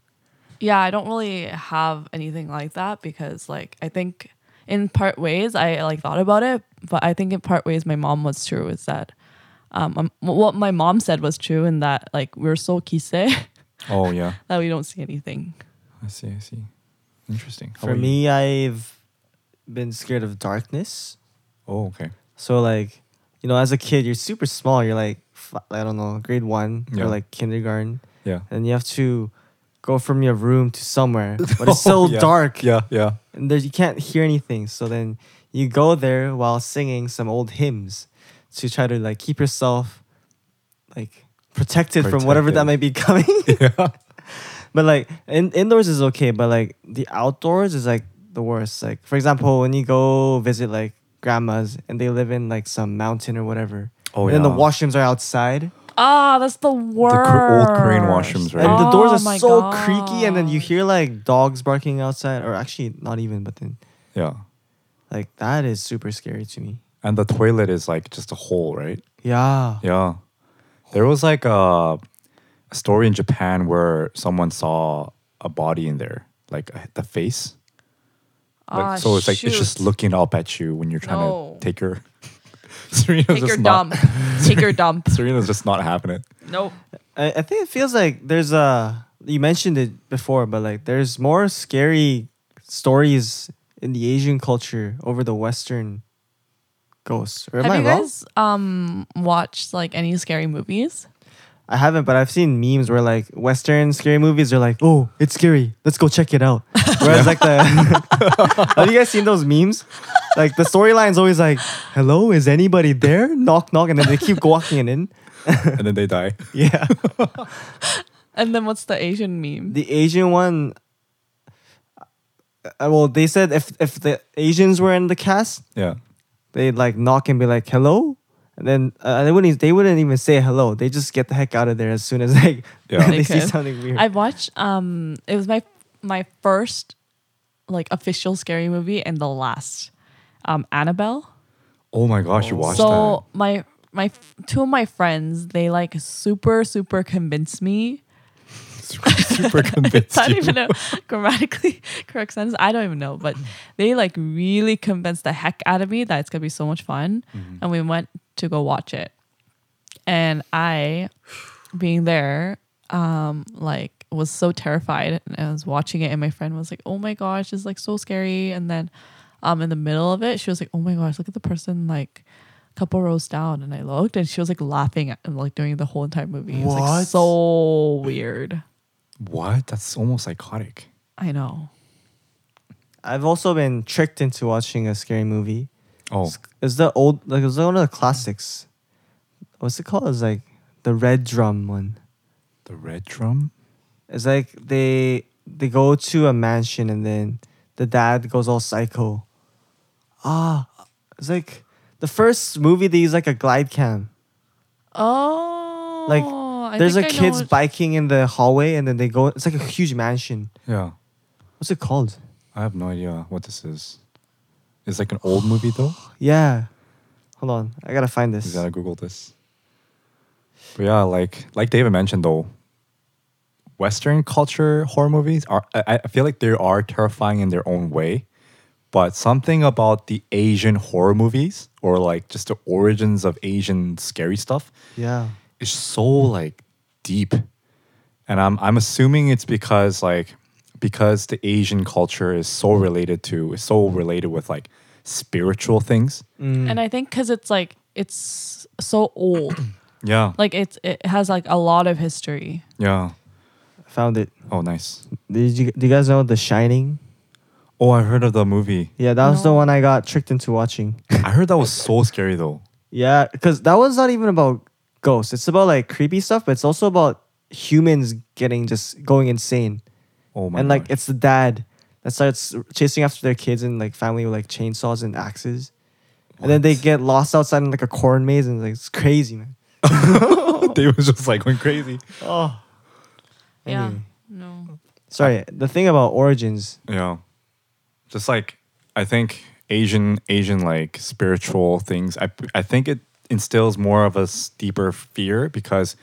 [SPEAKER 2] Yeah, I don't really have anything like that because like I think in part ways I like thought about it, but I think in part ways my mom was true is that um um, what my mom said was true in that like we're so kise <laughs> that
[SPEAKER 1] Oh yeah.
[SPEAKER 2] we don't see anything.
[SPEAKER 1] I see, I see. Interesting. How
[SPEAKER 3] For
[SPEAKER 1] about you?
[SPEAKER 3] me, I've been scared of darkness.
[SPEAKER 1] Oh, okay.
[SPEAKER 3] So like, you know, as a kid, you're super small. You're like, f- I don't know, grade one
[SPEAKER 1] Yeah.
[SPEAKER 3] or like kindergarten,
[SPEAKER 1] Yeah.
[SPEAKER 3] and you have to go from your room to somewhere,
[SPEAKER 1] <laughs>
[SPEAKER 3] but it's so
[SPEAKER 1] Yeah.
[SPEAKER 3] dark,
[SPEAKER 1] Yeah, yeah.
[SPEAKER 3] and there's you can't hear anything. So then you go there while singing some old hymns to try to like keep yourself like protected, from whatever that
[SPEAKER 1] Protected.
[SPEAKER 3] might be <laughs> coming.
[SPEAKER 1] Yeah.
[SPEAKER 3] But like in, indoors is okay, but like the outdoors is like the worst. Like for example, when you go visit like grandmas and they live in like some mountain or whatever.
[SPEAKER 1] Oh,
[SPEAKER 3] and then the
[SPEAKER 1] yeah.
[SPEAKER 3] washrooms are outside.
[SPEAKER 2] Ah, that's the worst.
[SPEAKER 1] old Korean washrooms, right?
[SPEAKER 3] And the doors
[SPEAKER 2] Oh
[SPEAKER 3] are
[SPEAKER 2] my
[SPEAKER 3] so creaky, and then you
[SPEAKER 2] God.
[SPEAKER 3] hear like dogs barking outside, or actually not even, but then
[SPEAKER 1] Yeah.
[SPEAKER 3] like that is super scary to me.
[SPEAKER 1] And the toilet is like just a hole, right?
[SPEAKER 3] Yeah.
[SPEAKER 1] Yeah. There was like a, a story in Japan where someone saw a body in there, like a, the face. Like,
[SPEAKER 2] Ah,
[SPEAKER 1] so it's like it's just <laughs>
[SPEAKER 2] shoot.
[SPEAKER 1] looking up at you when you're trying
[SPEAKER 2] No.
[SPEAKER 1] to take your <laughs> Serena's
[SPEAKER 2] Take
[SPEAKER 1] just
[SPEAKER 2] your
[SPEAKER 1] not,
[SPEAKER 2] dump. Take your
[SPEAKER 1] <laughs>
[SPEAKER 2] dump.
[SPEAKER 1] Serena's just not having it.
[SPEAKER 2] Nope.
[SPEAKER 3] I, I think it feels like there's a you mentioned it before, but like there's more scary stories in the Asian culture over the Western ghosts. Or am
[SPEAKER 2] Have
[SPEAKER 3] I
[SPEAKER 2] you
[SPEAKER 3] wrong?
[SPEAKER 2] guys um watched like any scary movies?
[SPEAKER 3] I haven't, but I've seen memes where like Western scary movies are like, oh, it's scary. Let's go check it
[SPEAKER 2] <laughs>
[SPEAKER 3] out. Whereas like the <laughs> Have you guys seen those memes? Like the storyline's always like, Hello, is anybody there? Knock knock and then they keep walking in.
[SPEAKER 1] <laughs> and then they die.
[SPEAKER 3] <laughs> Yeah.
[SPEAKER 2] And then what's the Asian meme?
[SPEAKER 3] The Asian one uh, well, they said if if the Asians were in the cast,
[SPEAKER 1] Yeah.
[SPEAKER 3] they'd like knock and be like, "Hello," and then uh, they wouldn't they wouldn't even say hello. They just get the heck out of there as soon as <laughs> like
[SPEAKER 1] Yeah.
[SPEAKER 3] they see
[SPEAKER 2] could.
[SPEAKER 3] something weird.
[SPEAKER 2] I've watched um it was my my first like official scary movie and the last um Annabelle.
[SPEAKER 1] Oh my gosh, you watched
[SPEAKER 2] so my my f- two of my friends, they like super super convinced
[SPEAKER 1] that.
[SPEAKER 2] me.
[SPEAKER 1] <laughs> Super, super
[SPEAKER 2] <laughs> It's
[SPEAKER 1] convinced
[SPEAKER 2] not
[SPEAKER 1] you.
[SPEAKER 2] even a grammatically <laughs> correct sentence. I don't even know, but they like really convinced the heck out of me that it's gonna be so much fun. And we went to go watch it. And I, being there, um, like was so terrified and I was watching it and my friend was like, Oh my gosh, it's like so scary. And then um in the middle of it, she was like, Oh my gosh, look at the person like a couple rows down and I looked and she was like laughing at, like during the whole entire movie. It was
[SPEAKER 3] What?
[SPEAKER 2] like so weird.
[SPEAKER 1] What? That's almost psychotic.
[SPEAKER 2] I know.
[SPEAKER 3] I've also been tricked into watching a scary movie.
[SPEAKER 1] Oh,
[SPEAKER 3] It's, it's the old like it's one of the classics. What's it called? It's like the red drum one.
[SPEAKER 1] the red drum?
[SPEAKER 3] It's like they they go to a mansion and then the dad goes all psycho. Ah, it's like the first movie they use like a glide cam.
[SPEAKER 2] Oh,
[SPEAKER 3] Like
[SPEAKER 2] I
[SPEAKER 3] there's a
[SPEAKER 2] think I know
[SPEAKER 3] kids
[SPEAKER 2] what-
[SPEAKER 3] biking in the hallway and then they go. It's like a huge mansion.
[SPEAKER 1] Yeah.
[SPEAKER 3] What's it called?
[SPEAKER 1] I have no idea what this is. It's like an <gasps> old movie though.
[SPEAKER 3] Yeah, hold on, I gotta find
[SPEAKER 1] You
[SPEAKER 3] this.
[SPEAKER 1] gotta Google this. But yeah, like like David mentioned though, Western culture horror movies are I, I feel like they are terrifying in their own way. But something about the Asian horror movies or like just the origins of Asian scary stuff
[SPEAKER 3] Yeah.
[SPEAKER 1] is so like deep. And I'm I'm assuming it's because like because the Asian culture is so related to is so related with like spiritual things.
[SPEAKER 2] and I think because it's like it's so
[SPEAKER 1] <clears throat>
[SPEAKER 2] old,
[SPEAKER 1] Yeah.
[SPEAKER 2] like it's it has like a lot of history.
[SPEAKER 1] yeah.
[SPEAKER 3] Found it.
[SPEAKER 1] Oh nice.
[SPEAKER 3] Did you do you guys know The Shining?
[SPEAKER 1] Oh, I heard of the movie.
[SPEAKER 3] Yeah, that was the
[SPEAKER 2] No.
[SPEAKER 3] one I got tricked into watching.
[SPEAKER 1] I heard that was so scary though.
[SPEAKER 3] yeah, because that one's not even about ghosts. It's about like creepy stuff, but it's also about humans getting just going insane.
[SPEAKER 1] Oh my
[SPEAKER 3] and like
[SPEAKER 1] God.
[SPEAKER 3] it's the dad that starts chasing after their kids and like family with like chainsaws and axes. And then they get lost outside in like a corn maze and like it's crazy, man.
[SPEAKER 1] <laughs> they was just like going crazy.
[SPEAKER 3] Oh.
[SPEAKER 2] Yeah,
[SPEAKER 3] Anyway.
[SPEAKER 2] no,
[SPEAKER 3] Sorry, the thing about origins.
[SPEAKER 1] Yeah. Just like I think Asian Asian like spiritual things. I I think it instills more of a s- deeper fear because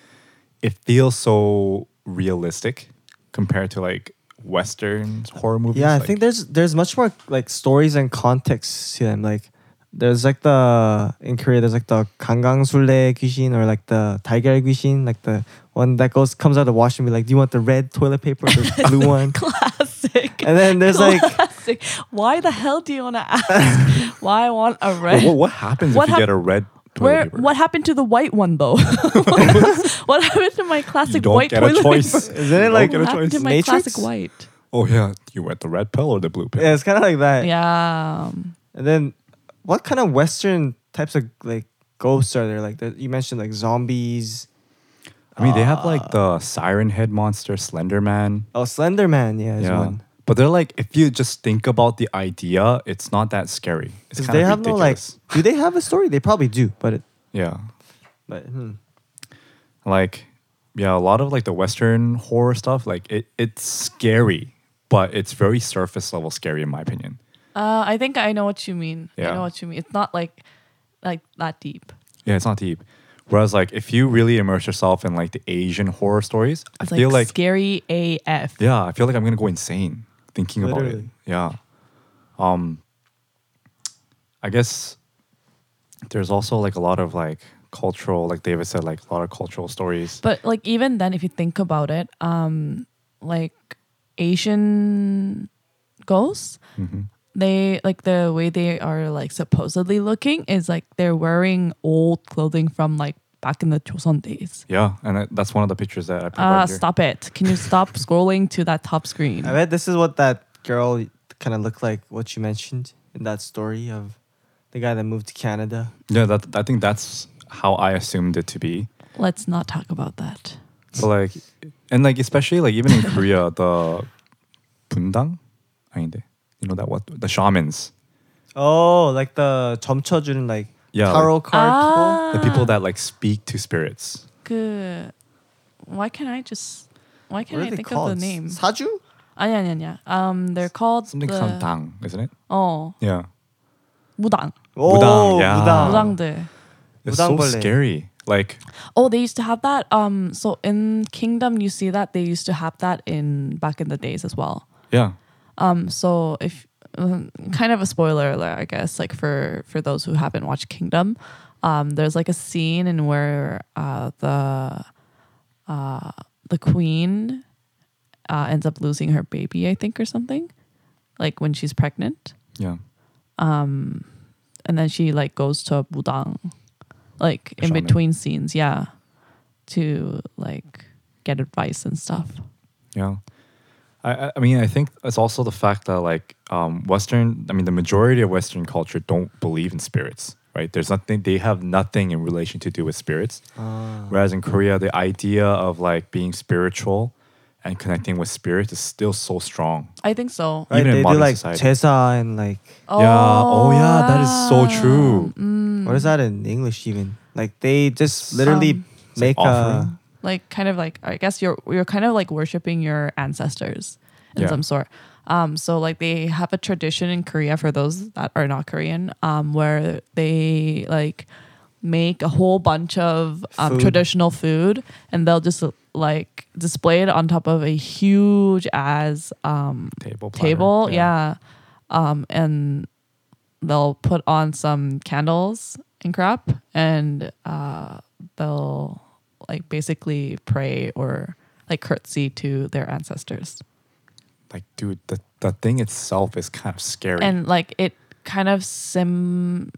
[SPEAKER 1] it feels so realistic compared to like Western horror movies.
[SPEAKER 3] Yeah, I
[SPEAKER 1] like-
[SPEAKER 3] think there's there's much more like stories and context to them. Like there's like the in Korea there's like the 강강술래 귀신 or like the 달걀 귀신, like the one that goes comes out of the wash and be like, do you want the red toilet paper or the blue
[SPEAKER 2] <laughs>
[SPEAKER 3] one?
[SPEAKER 2] classic.
[SPEAKER 3] And then
[SPEAKER 2] <laughs>
[SPEAKER 3] there's like
[SPEAKER 2] classic. Why the hell do you want to ask? <laughs> why I want a
[SPEAKER 1] Wait,
[SPEAKER 2] red?
[SPEAKER 1] what, what happens
[SPEAKER 2] What
[SPEAKER 1] if you
[SPEAKER 2] hap-
[SPEAKER 1] get a red toilet
[SPEAKER 2] Where
[SPEAKER 1] paper?
[SPEAKER 2] what happened to the white
[SPEAKER 1] <laughs>
[SPEAKER 2] one though? <laughs> what happened to my
[SPEAKER 1] you
[SPEAKER 2] classic
[SPEAKER 1] don't
[SPEAKER 2] white
[SPEAKER 1] get
[SPEAKER 2] toilet
[SPEAKER 1] a choice.
[SPEAKER 2] paper?
[SPEAKER 3] Isn't it
[SPEAKER 1] You don't
[SPEAKER 3] like-
[SPEAKER 1] get
[SPEAKER 2] What
[SPEAKER 1] a
[SPEAKER 2] happened
[SPEAKER 1] choice?
[SPEAKER 2] to my
[SPEAKER 3] Matrix?
[SPEAKER 2] classic white?
[SPEAKER 1] <laughs> oh yeah, you went the red pill or the blue pill?
[SPEAKER 3] yeah, it's kinda like
[SPEAKER 1] Uh,
[SPEAKER 3] that.
[SPEAKER 2] Yeah,
[SPEAKER 3] And then, what kind of Western types of like ghosts are there? Like the, you mentioned, like zombies.
[SPEAKER 1] I mean, they have like the Siren Head monster, Slender Man.
[SPEAKER 3] Oh, Slender Man, yeah, is one.
[SPEAKER 1] But they're like, if you just think about the idea, it's not that scary. It's
[SPEAKER 3] Because
[SPEAKER 1] kind
[SPEAKER 3] they
[SPEAKER 1] of
[SPEAKER 3] have
[SPEAKER 1] ridiculous.
[SPEAKER 3] no like. Do they have a story? They probably do, but it,
[SPEAKER 1] yeah.
[SPEAKER 3] but hmm.
[SPEAKER 1] like yeah, a lot of like the Western horror stuff, like it it's scary, but it's very surface level scary in my opinion.
[SPEAKER 2] Uh, I think I know what you mean. I
[SPEAKER 1] Yeah.
[SPEAKER 2] know what you mean. It's not like like that deep.
[SPEAKER 1] Yeah, it's not deep. Whereas like if you really immerse yourself in like the Asian horror stories,
[SPEAKER 2] It's
[SPEAKER 1] I feel like
[SPEAKER 2] scary AF.
[SPEAKER 1] yeah, I feel like I'm gonna go insane thinking about it.
[SPEAKER 3] Literally.
[SPEAKER 1] Yeah. Um I guess there's also like a lot of like cultural, like David said, like a lot of cultural stories.
[SPEAKER 2] But like even then, if you think about it, um, like Asian ghosts,
[SPEAKER 1] Mm-hmm.
[SPEAKER 2] they like the way they are like supposedly looking is like they're wearing old clothing from like back in the Joseon days.
[SPEAKER 1] Yeah, and I, that's one of the pictures that I put
[SPEAKER 2] Ah,
[SPEAKER 1] right here.
[SPEAKER 2] stop it! Can you stop <laughs> scrolling to that top screen?
[SPEAKER 3] I bet this is what that girl kind of looked like. What you mentioned in that story of the guy that moved to Canada.
[SPEAKER 1] Yeah, that I think that's how I assumed it to be.
[SPEAKER 2] Let's not talk about that.
[SPEAKER 1] But like, and like especially like
[SPEAKER 2] <laughs>
[SPEAKER 1] even in Korea, the bundang, 아닌데, you know that what the shamans,
[SPEAKER 3] Oh, like the 점쳐주는 like
[SPEAKER 1] Yeah,
[SPEAKER 3] tarot card
[SPEAKER 2] Ah,
[SPEAKER 3] people.
[SPEAKER 1] the people that like speak to spirits.
[SPEAKER 2] Good. Why can't I just? Why can't
[SPEAKER 3] What
[SPEAKER 2] I
[SPEAKER 3] are they
[SPEAKER 2] think
[SPEAKER 3] called?
[SPEAKER 2] of the name? Ah,
[SPEAKER 3] Saju?
[SPEAKER 2] 아니야, 아니야, 아니야. Um, they're called
[SPEAKER 1] Something
[SPEAKER 2] the,
[SPEAKER 1] called dang, isn't it?
[SPEAKER 2] 어
[SPEAKER 1] Yeah,
[SPEAKER 2] 무당
[SPEAKER 3] Oh,
[SPEAKER 1] Udang, yeah.
[SPEAKER 3] Udang.
[SPEAKER 2] 무당들.
[SPEAKER 1] it's so
[SPEAKER 3] 무당벌레.
[SPEAKER 1] scary. Like,
[SPEAKER 2] Oh, they used to have that. Um, so in Kingdom, you see that they used to have that in back in the days as well.
[SPEAKER 1] yeah,
[SPEAKER 2] Um, so if um, kind of a spoiler alert, I guess, like for for those who haven't watched Kingdom, um, there's like a scene in where uh, the uh, the queen uh, ends up losing her baby, I think, or something, like when she's pregnant.
[SPEAKER 1] yeah,
[SPEAKER 2] Um, and then she like goes to Budang, like in
[SPEAKER 1] shaman.
[SPEAKER 2] between scenes, yeah, to like get advice and stuff.
[SPEAKER 1] yeah. I, I- I mean, I think it's also the fact that like um, Western, I mean, the majority of Western culture don't believe in spirits, right? There's nothing; they have nothing in relation to do with spirits.
[SPEAKER 3] Ah.
[SPEAKER 1] Whereas in Korea, the idea of like being spiritual and connecting with spirits is still so strong.
[SPEAKER 2] I think so.
[SPEAKER 1] Even
[SPEAKER 3] right,
[SPEAKER 1] in
[SPEAKER 3] they do
[SPEAKER 1] modern
[SPEAKER 3] like
[SPEAKER 1] society.
[SPEAKER 3] jesa and like
[SPEAKER 1] Yeah. Oh, yeah. That is so true.
[SPEAKER 2] Mm.
[SPEAKER 3] what is that in English even? Like they just literally
[SPEAKER 2] Um,
[SPEAKER 3] make
[SPEAKER 1] offering?
[SPEAKER 3] a
[SPEAKER 2] Like kind of like I guess you're you're kind of like worshiping your ancestors in
[SPEAKER 1] Yeah.
[SPEAKER 2] some sort. Um, so like they have a tradition in Korea for those that are not Korean, um, where they like make a whole bunch of um,
[SPEAKER 3] Food.
[SPEAKER 2] traditional food and they'll just like display it on top of a huge as um,
[SPEAKER 1] Table. platter,
[SPEAKER 2] table. Yeah. Um, and they'll put on some candles and crap and uh, they'll like basically pray or like curtsy to their ancestors.
[SPEAKER 1] Like, dude, the, the thing itself is kind of scary.
[SPEAKER 2] And like it kind of sim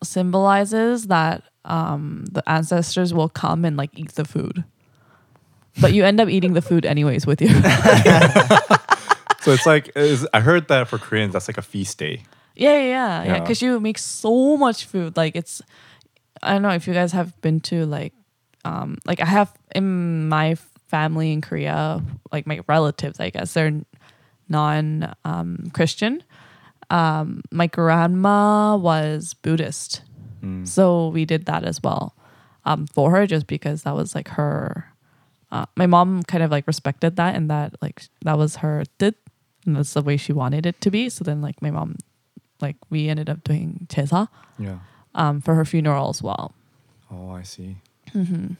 [SPEAKER 2] symbolizes that um, the ancestors will come and like eat the food. But you end up eating the food anyways with you.
[SPEAKER 1] so it's like, is I heard that for Koreans, that's like a feast day.
[SPEAKER 2] Yeah, yeah, yeah.
[SPEAKER 1] Yeah.
[SPEAKER 2] Because you make so much food. Like it's, I don't know if you guys have been to like, um, like I have in my family in Korea, like my relatives, I guess they're non um, Christian. Um, my grandma was Buddhist, so we did that as well um, for her, just because that was like her. Uh, my mom kind of like respected that, and that like that was her did, and that's the way she wanted it to be. So then, like my mom like we ended up doing Teza
[SPEAKER 1] Yeah.
[SPEAKER 2] um, for her funeral as well.
[SPEAKER 1] Oh, I see. Mm-hmm.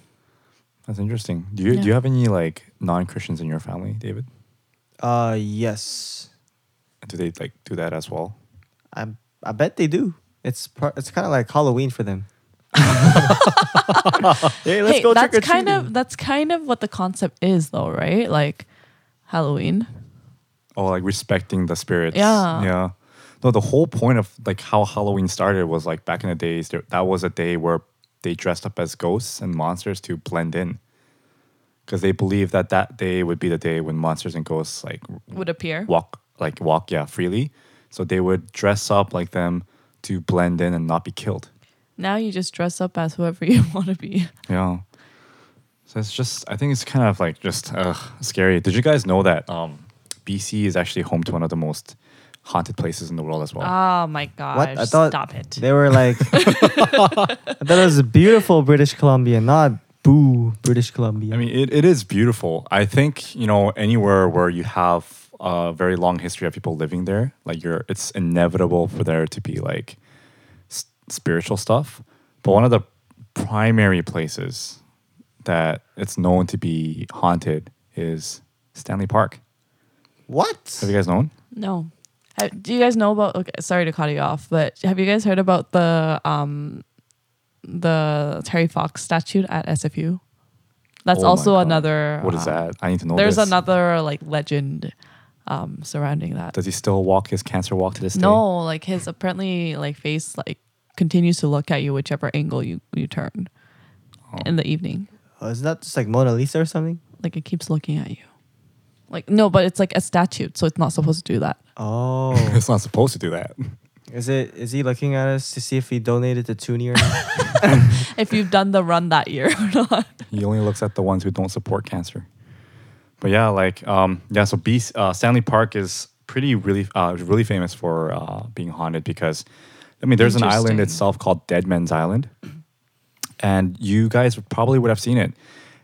[SPEAKER 1] That's interesting. Do you
[SPEAKER 2] Yeah.
[SPEAKER 1] do you have any like non Christians in your family, David?
[SPEAKER 3] uh yes.
[SPEAKER 1] And do they like do that as well?
[SPEAKER 3] I I bet they do. It's par- it's kind of like Halloween for them. hey, let's
[SPEAKER 2] hey,
[SPEAKER 3] go
[SPEAKER 2] that's
[SPEAKER 3] trick or
[SPEAKER 2] kind
[SPEAKER 3] treating.
[SPEAKER 2] of that's kind of what the concept is, though, right? Like Halloween.
[SPEAKER 1] Oh, like respecting the spirits.
[SPEAKER 2] Yeah.
[SPEAKER 1] Yeah. No, the whole point of like how Halloween started was like back in the days, there, that was a day where they dressed up as ghosts and monsters to blend in. Because they believed that that day would be the day when monsters and ghosts like
[SPEAKER 2] Would appear.
[SPEAKER 1] walk, like walk, yeah, freely. So they would dress up like them to blend in and not be killed.
[SPEAKER 2] Now you just dress up as whoever <laughs> you want to be.
[SPEAKER 1] Yeah. So it's just, I think it's kind of like just ugh, scary. Did you guys know that um, BC is actually home to one of the most haunted places in the world as well?
[SPEAKER 3] Ah,
[SPEAKER 2] Oh my gosh!
[SPEAKER 3] What? I thought
[SPEAKER 2] Stop it.
[SPEAKER 3] <laughs> They were like, I thought it was a beautiful British Columbia, not boo. Ooh, British Columbia.
[SPEAKER 1] I mean, it, it is beautiful. I think you know anywhere where you have a very long history of people living there, like you're, it's inevitable for there to be like s- spiritual stuff. But one of the primary places that it's known to be haunted is Stanley Park.
[SPEAKER 3] what?
[SPEAKER 1] Have you guys known?
[SPEAKER 2] No. Ha- Do you guys know about? Okay, sorry to cut you off, but have you guys heard about the um, the Terry Fox statue at SFU? That's
[SPEAKER 1] Oh my
[SPEAKER 2] also
[SPEAKER 1] God.
[SPEAKER 2] another.
[SPEAKER 1] What is
[SPEAKER 2] uh,
[SPEAKER 1] that? I need to know.
[SPEAKER 2] There's
[SPEAKER 1] this.
[SPEAKER 2] another like legend um, surrounding that.
[SPEAKER 1] Does he still walk his cancer walk to this day?
[SPEAKER 2] No, like his apparently like face like continues to look at you whichever angle you you turn in the evening.
[SPEAKER 3] Oh, isn't that just like Mona Lisa or something?
[SPEAKER 2] Like it keeps looking at you. Like no, but it's like a statute, so it's not supposed to do that.
[SPEAKER 3] Oh,
[SPEAKER 1] <laughs> it's not supposed to do that.
[SPEAKER 3] <laughs> is it? Is he looking at us to see if we donated to Toonie or not?
[SPEAKER 2] If you've done the run that year or not.
[SPEAKER 1] He only looks at the ones who don't support cancer. But yeah, like um, yeah, so B- uh, Stanley Park is pretty really uh, really famous for uh, being haunted because I mean there's an island
[SPEAKER 2] Interesting.
[SPEAKER 1] itself called Dead Men's Island, and you guys would- probably would have seen it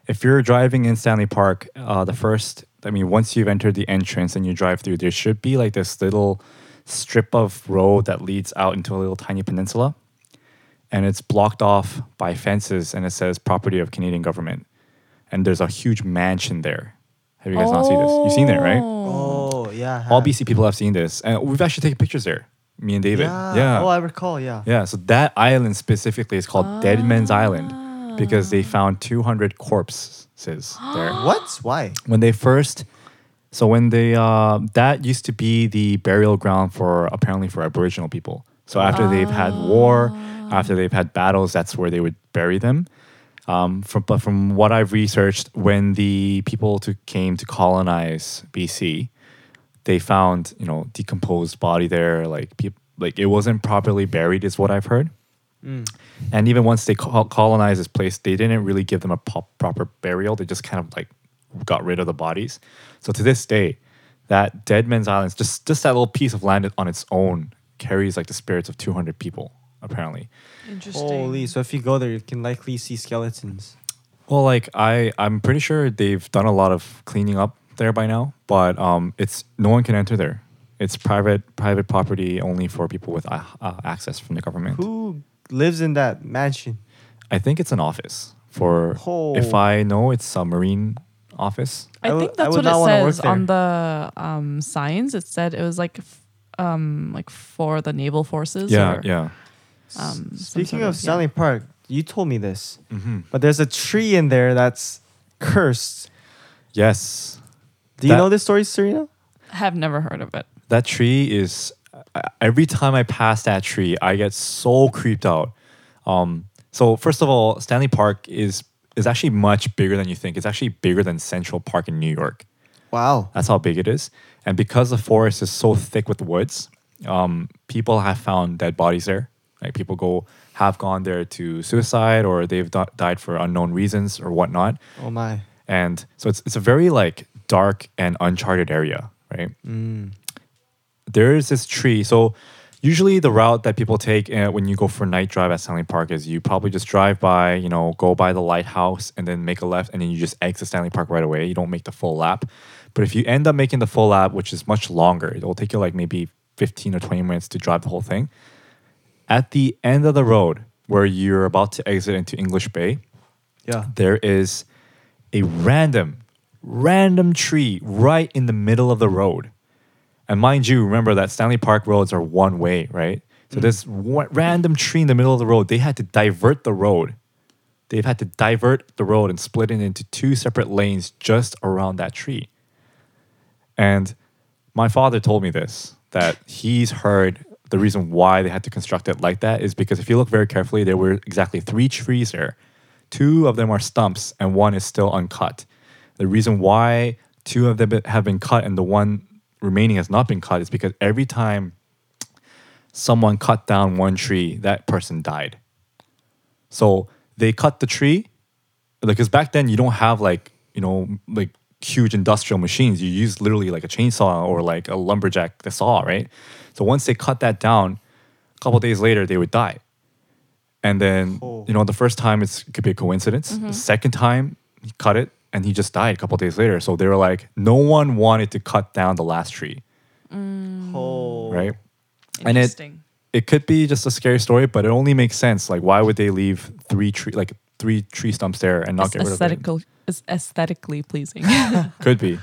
[SPEAKER 1] if you're driving in Stanley Park. Uh, the first, I mean, once you've entered the entrance and you drive through, there should be like this little strip of road that leads out into a little tiny peninsula. and it's blocked off by fences and it says property of Canadian government. And there's a huge mansion there. Have you guys not seen this? You've seen it, right?
[SPEAKER 3] <laughs> oh yeah. I
[SPEAKER 1] All
[SPEAKER 3] have.
[SPEAKER 1] BC people have seen this. And we've actually taken pictures there, me and David.
[SPEAKER 3] Yeah.
[SPEAKER 1] Yeah.
[SPEAKER 3] Oh, I recall. Yeah.
[SPEAKER 1] Yeah, so that island specifically is called Dead Men's Island because they found 200 corpses there.
[SPEAKER 3] What? Why?
[SPEAKER 1] when they first, so when they, uh, that used to be the burial ground for apparently for Aboriginal people. So after they've had war, after they've had battles, that's where they would bury them. Um, from, but from what I've researched, when the people to, came to colonize BC, they found you know decomposed body there like peop- like it wasn't properly buried is what i've heard and even once they col- colonized this place they didn't really give them a pop- proper burial they just kind of like got rid of the bodies so to this day that dead men's island just just that little piece of land on its own carries like the spirits of 200 people apparently
[SPEAKER 2] Interesting.
[SPEAKER 3] Holy! So if you go there, you can likely see skeletons.
[SPEAKER 1] Well, like I, I'm pretty sure they've done a lot of cleaning up there by now, but um, it's no one can enter there. It's private private property only for people with uh, uh, access from the government.
[SPEAKER 3] Who lives in that mansion?
[SPEAKER 1] I think it's an office for.
[SPEAKER 3] Oh.
[SPEAKER 1] If I know, it's a marine office.
[SPEAKER 2] I,
[SPEAKER 3] I would-
[SPEAKER 2] think
[SPEAKER 3] I
[SPEAKER 2] that's
[SPEAKER 3] would
[SPEAKER 2] what
[SPEAKER 3] not
[SPEAKER 2] it
[SPEAKER 3] wanna work
[SPEAKER 2] says on the um, signs. It said it was like, f- um, like for the naval forces.
[SPEAKER 1] Yeah,
[SPEAKER 2] or,
[SPEAKER 1] yeah.
[SPEAKER 2] Um, some
[SPEAKER 3] Speaking
[SPEAKER 2] sort
[SPEAKER 3] of
[SPEAKER 2] yeah.
[SPEAKER 3] Stanley Park, you told me this,
[SPEAKER 1] Mm-hmm.
[SPEAKER 3] but there's a tree in there that's cursed.
[SPEAKER 1] Yes,
[SPEAKER 3] Do you
[SPEAKER 1] That-
[SPEAKER 3] know this story, Serena?
[SPEAKER 2] have never heard of it.
[SPEAKER 1] that tree is. I- Every time I pass that tree, I get so creeped out. Um, so first of all, Stanley Park is is actually much bigger than you think. It's actually bigger than Central Park in New York.
[SPEAKER 3] Wow.
[SPEAKER 1] That's how big it is. And because the forest is so thick with woods, um, people have found dead bodies there. Like people go have gone there to suicide or they've di- died for unknown reasons or whatnot.
[SPEAKER 3] Oh my.
[SPEAKER 1] And so it's it's a very like dark and uncharted area, right? There is this tree. So usually the route that people take uh, when you go for night drive at Stanley Park is you probably just drive by, you know, go by the lighthouse and then make a left and then you just exit Stanley Park right away. You don't make the full lap. But if you end up making the full lap, which is much longer, it will take you like maybe 15 or 20 minutes to drive the whole thing. At the end of the road where you're about to exit into English Bay,
[SPEAKER 3] Yeah.
[SPEAKER 1] there is a random, random tree right in the middle of the road. And mind you, remember that Stanley Park roads are one way, right? So this one, random tree in the middle of the road, they had to divert the road. They've had to divert the road and split it into two separate lanes just around that tree. And my father told me this that he's heard the reason why they had to construct it like that is because if you look very carefully, there were exactly three trees there. Two of them are stumps, and one is still uncut. The reason why two of them have been cut and the one remaining has not been cut is because every time someone cut down one tree, that person died. So they cut the tree because back then you don't have like you know like huge industrial machines. You use literally like a chainsaw or like a lumberjack the saw, right? So once they cut that down, a couple days later they would die. And then
[SPEAKER 3] Oh. Mm-hmm.
[SPEAKER 1] you know the first time it's, it could be a coincidence. The second time he cut it, and he just died a couple days later. So they were like, no one wanted to cut down the last tree,
[SPEAKER 3] Oh.
[SPEAKER 1] right? And it
[SPEAKER 2] Interesting.
[SPEAKER 1] it could be just a scary story, but it only makes sense. Like, why would they leave three tree like three tree stumps there and not
[SPEAKER 2] It's
[SPEAKER 1] get rid of it?
[SPEAKER 2] aesthetical, it's aesthetically pleasing.
[SPEAKER 1] Could be.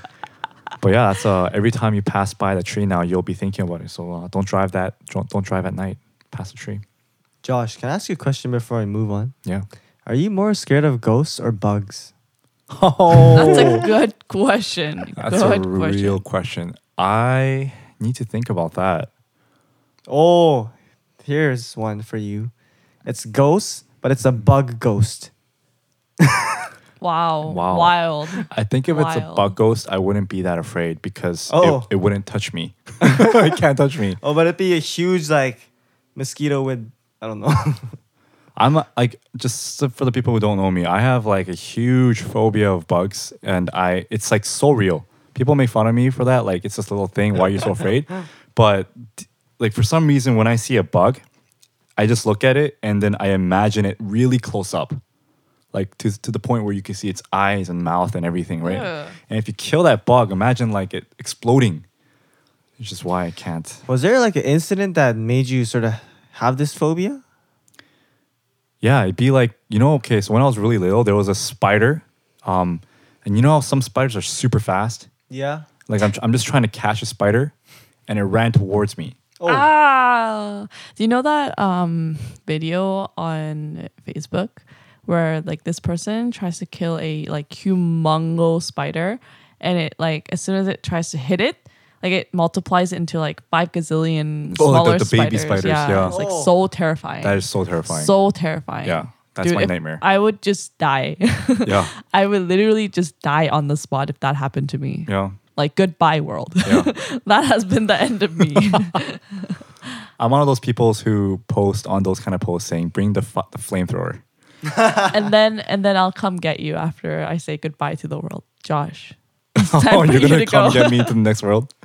[SPEAKER 1] But yeah, that's uh, every time you pass by the tree now, you'll be thinking about it. So uh, don't drive that. Don't, don't drive at night past the tree.
[SPEAKER 3] Josh, can I ask you a question before I move on?
[SPEAKER 1] Yeah.
[SPEAKER 3] Are you more scared of ghosts or bugs?
[SPEAKER 1] Oh,
[SPEAKER 2] That's a good question.
[SPEAKER 1] that's
[SPEAKER 2] good
[SPEAKER 1] a real question. I need to think about that.
[SPEAKER 3] <laughs> Oh, here's one for you. It's ghosts, but it's a bug ghost.
[SPEAKER 2] Wow.
[SPEAKER 1] Wow.
[SPEAKER 2] Wild.
[SPEAKER 1] I think if it's a
[SPEAKER 2] Wild.
[SPEAKER 1] bug ghost, I wouldn't be that afraid because it-
[SPEAKER 3] Oh.
[SPEAKER 1] it, wouldn't touch me. <laughs> it can't touch me.
[SPEAKER 3] Oh, but it'd be a huge like mosquito with I don't know. <laughs>
[SPEAKER 1] I'm uh, like just for the people who don't know me, I have like a huge phobia of bugs, and I it's like so real. People make fun of me for that, like it's this little thing. Why are you so afraid? But t- like for some reason, when I see a bug, I just look at it and then I imagine it really close up, like to to the point where you can see its eyes and mouth and everything, right?
[SPEAKER 2] Yeah.
[SPEAKER 1] And if you kill that bug, imagine like it exploding. Which is why I can't.
[SPEAKER 3] Was there like an incident that made you sort of have this phobia?
[SPEAKER 1] Yeah, it'd be like, you know, okay, so when I was really little, there was a spider. Um, and you know how some spiders are super fast?
[SPEAKER 3] Yeah.
[SPEAKER 1] Like I'm, I'm just trying to catch a spider and it ran towards me.
[SPEAKER 3] Oh,
[SPEAKER 2] Ah. Do you know that um, video on Facebook where like this person tries to kill a like humongo spider and it like as soon as it tries to hit it, like it multiplies into like five gazillion
[SPEAKER 1] Oh,
[SPEAKER 2] smaller
[SPEAKER 1] like the- the baby spiders,
[SPEAKER 2] Yeah,
[SPEAKER 1] yeah.
[SPEAKER 2] it's like
[SPEAKER 3] Oh.
[SPEAKER 2] so terrifying.
[SPEAKER 1] That is so terrifying.
[SPEAKER 2] So terrifying.
[SPEAKER 1] Yeah, that's my
[SPEAKER 2] if-
[SPEAKER 1] nightmare.
[SPEAKER 2] I would just die. <laughs>
[SPEAKER 1] yeah,
[SPEAKER 2] I would literally just die on the spot if that happened to me.
[SPEAKER 1] yeah,
[SPEAKER 2] Like goodbye world.
[SPEAKER 1] yeah.
[SPEAKER 2] <laughs> that has been the end of me.
[SPEAKER 1] I'm one of those people who post on those kind of posts saying, bring the, fu- the flamethrower.
[SPEAKER 2] and then and then I'll come get you after I say goodbye to the world, Josh. It's time
[SPEAKER 1] oh,
[SPEAKER 2] for
[SPEAKER 1] you're
[SPEAKER 2] you
[SPEAKER 1] gonna
[SPEAKER 2] to
[SPEAKER 1] come
[SPEAKER 2] go.
[SPEAKER 1] get me to the next world. <laughs>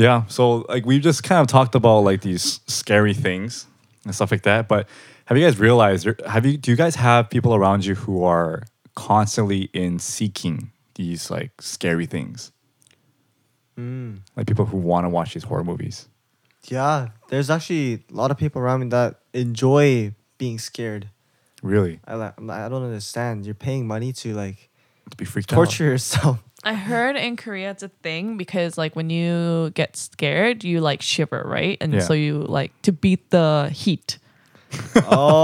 [SPEAKER 1] Yeah, so like we've just kind of talked about like these scary things and stuff like that. But have you guys realized? or Have you? Do you guys have people around you who are constantly in seeking these like scary things?
[SPEAKER 3] Hmm.
[SPEAKER 1] Like people who want to watch these horror movies.
[SPEAKER 3] yeah. There's actually a lot of people around me that enjoy being scared.
[SPEAKER 1] Really,
[SPEAKER 3] I like, I'm like, I don't understand. You're paying money to like
[SPEAKER 1] to be freaked
[SPEAKER 3] torture yourself. <laughs>
[SPEAKER 2] I heard in Korea it's a thing because like when you get scared, you like shiver, right? And
[SPEAKER 1] Yeah.
[SPEAKER 2] so you like to beat the heat,
[SPEAKER 3] oh,
[SPEAKER 2] <laughs>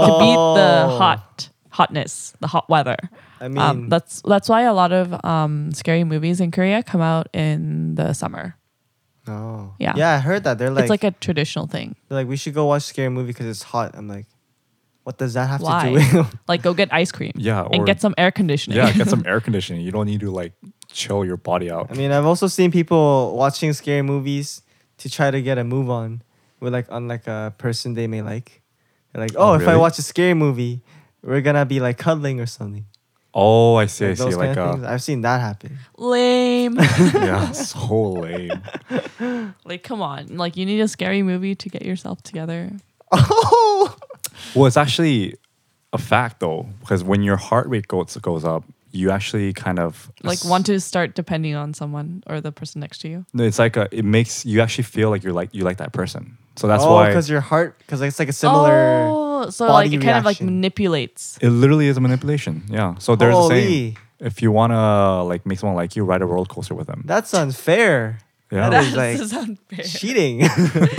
[SPEAKER 2] to beat the hot hotness, the hot weather.
[SPEAKER 3] I mean,
[SPEAKER 2] um, that's that's why a lot of um, scary movies in Korea come out in the summer.
[SPEAKER 3] no.
[SPEAKER 2] yeah.
[SPEAKER 3] Yeah, I heard that. They're like,
[SPEAKER 2] it's like a traditional thing.
[SPEAKER 3] they're like we should go watch scary movie because it's hot. I'm like, what does that have to
[SPEAKER 2] Why?
[SPEAKER 3] do with? <laughs>
[SPEAKER 2] like go get ice cream.
[SPEAKER 1] Yeah, or-
[SPEAKER 2] and get some air conditioning.
[SPEAKER 1] Yeah,
[SPEAKER 2] <laughs>
[SPEAKER 1] get some air conditioning. You don't need to like chill your body out.
[SPEAKER 3] I mean, I've also seen people watching scary movies to try to get a move on with like on like a person they may like. They're like, oh,
[SPEAKER 1] Oh,
[SPEAKER 3] if I
[SPEAKER 1] really?
[SPEAKER 3] watch a scary movie, we're gonna be like cuddling or something.
[SPEAKER 1] oh, I see. I
[SPEAKER 3] Like,
[SPEAKER 1] see. Like
[SPEAKER 3] of things.
[SPEAKER 1] uh,
[SPEAKER 3] I've seen that happen. <laughs>
[SPEAKER 2] Lame.
[SPEAKER 1] yeah, so lame.
[SPEAKER 2] like come on. Like you need a scary movie to get yourself together.
[SPEAKER 3] Oh,
[SPEAKER 1] Well, it's actually a fact though, because when your heart rate goes goes up, you actually kind of
[SPEAKER 2] Like want to start depending on someone or the person next to you.
[SPEAKER 1] No, It's like a, it makes you actually feel like you're like you like that person. So that's
[SPEAKER 3] oh,
[SPEAKER 1] why
[SPEAKER 3] because your heart, because it's like a similar.
[SPEAKER 2] Oh, so
[SPEAKER 3] body
[SPEAKER 2] like it kind of like
[SPEAKER 3] reaction.
[SPEAKER 2] manipulates.
[SPEAKER 1] it literally is a manipulation. Yeah. So there's a saying:
[SPEAKER 3] Holy.
[SPEAKER 1] if you wanna like make someone like you, ride a roller coaster with them.
[SPEAKER 3] That's unfair.
[SPEAKER 1] Yeah.
[SPEAKER 3] That
[SPEAKER 2] That's <laughs>
[SPEAKER 3] is like
[SPEAKER 2] unfair.
[SPEAKER 3] <laughs> cheating.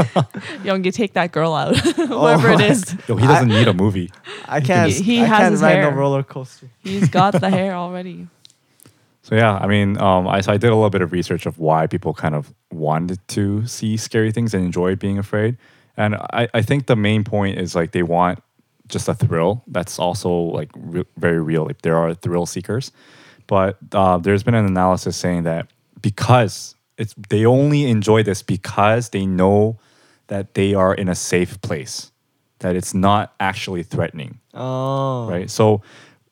[SPEAKER 2] <laughs> Young, you take that girl out. <laughs>
[SPEAKER 3] Oh
[SPEAKER 2] Whoever it
[SPEAKER 3] <laughs>
[SPEAKER 2] is.
[SPEAKER 1] Yo, he doesn't need a movie.
[SPEAKER 3] I can't.
[SPEAKER 2] He- he
[SPEAKER 3] I
[SPEAKER 2] has
[SPEAKER 3] can't
[SPEAKER 2] his
[SPEAKER 3] ride
[SPEAKER 2] hair.
[SPEAKER 3] no roller coaster.
[SPEAKER 2] He's got the hair already.
[SPEAKER 1] So yeah, I mean, um, I so I did a little bit of research of why people kind of wanted to see scary things and enjoy being afraid, and I, I think the main point is like they want just a thrill that's also like re- very real. Like there are thrill seekers, but uh, there's been an analysis saying that because it's they only enjoy this because they know that they are in a safe place, that it's not actually threatening
[SPEAKER 3] Oh,
[SPEAKER 1] right? So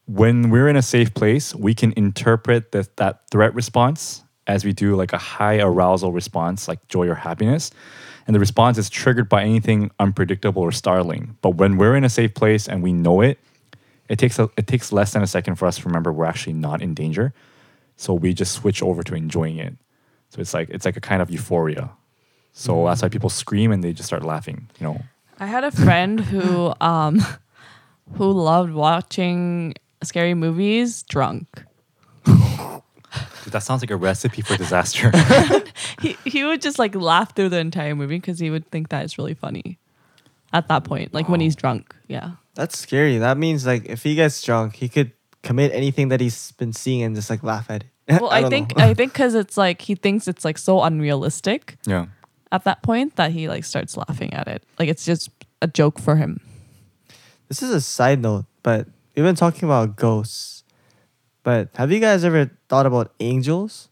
[SPEAKER 1] when we're in a safe place, we can interpret that that threat response as we do like a high arousal response like joy or happiness and the response is triggered by anything unpredictable or startling but when we're in a safe place and we know it it takes a, it takes less than a second for us to remember we're actually not in danger so we just switch over to enjoying it so it's like it's like a kind of euphoria so that's why people scream and they just start laughing you know
[SPEAKER 2] I had a friend who um <laughs> who loved watching scary movies drunk.
[SPEAKER 1] Dude, that sounds like a recipe for <laughs> disaster
[SPEAKER 2] He he would just like laugh through the entire movie because he would think that is really funny at that point, like when he's drunk. Yeah.
[SPEAKER 3] That's scary. That means like if he gets drunk, he could commit anything that he's been seeing and just like laugh at it. <laughs>
[SPEAKER 2] Well,
[SPEAKER 3] I
[SPEAKER 2] I,
[SPEAKER 3] don't
[SPEAKER 2] think
[SPEAKER 3] know.
[SPEAKER 2] I think because it's like he thinks it's like so unrealistic
[SPEAKER 1] yeah
[SPEAKER 2] at that point that he like starts laughing at it. Like it's just a joke for him.
[SPEAKER 3] this is a side note, but we've been talking about ghosts. But have you guys ever thought about angels?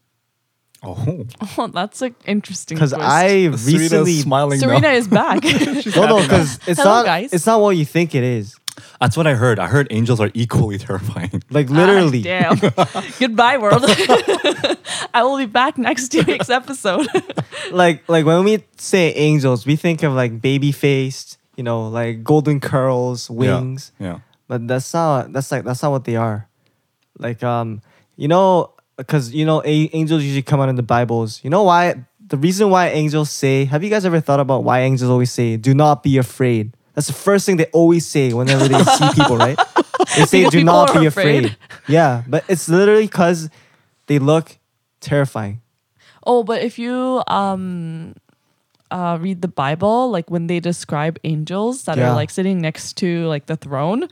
[SPEAKER 1] oh
[SPEAKER 2] <laughs> Oh, that's like interesting.
[SPEAKER 3] Because
[SPEAKER 2] twist. "Ah,
[SPEAKER 3] I recently
[SPEAKER 1] Serena's smiling now.
[SPEAKER 2] Serena is <laughs> back.
[SPEAKER 3] no no because it's
[SPEAKER 2] Hello,
[SPEAKER 3] not
[SPEAKER 2] guys.
[SPEAKER 3] it's not what you think it is.
[SPEAKER 1] That's what I heard. I heard angels are equally <laughs> terrifying.
[SPEAKER 3] Like literally, <laughs>
[SPEAKER 2] Ah, damn. Goodbye, world. <laughs> I will be back next week's episode.
[SPEAKER 3] like like when we say angels, we think of like baby faced, you know, like golden curls, wings.
[SPEAKER 1] Yeah.
[SPEAKER 3] but that's not that's like that's not what they are like um you know because you know a- angels usually come out in the bibles you know why the reason why angels say have you guys ever thought about why angels always say do not be afraid that's the first thing they always say whenever they
[SPEAKER 2] <laughs>
[SPEAKER 3] see people right they say
[SPEAKER 2] Because
[SPEAKER 3] do
[SPEAKER 2] people
[SPEAKER 3] not
[SPEAKER 2] are
[SPEAKER 3] be
[SPEAKER 2] afraid."
[SPEAKER 3] afraid. yeah but it's literally because they look terrifying
[SPEAKER 2] oh, but if you um uh, read the Bible, like when they describe angels that
[SPEAKER 3] Yeah.
[SPEAKER 2] are like sitting next to like the throne,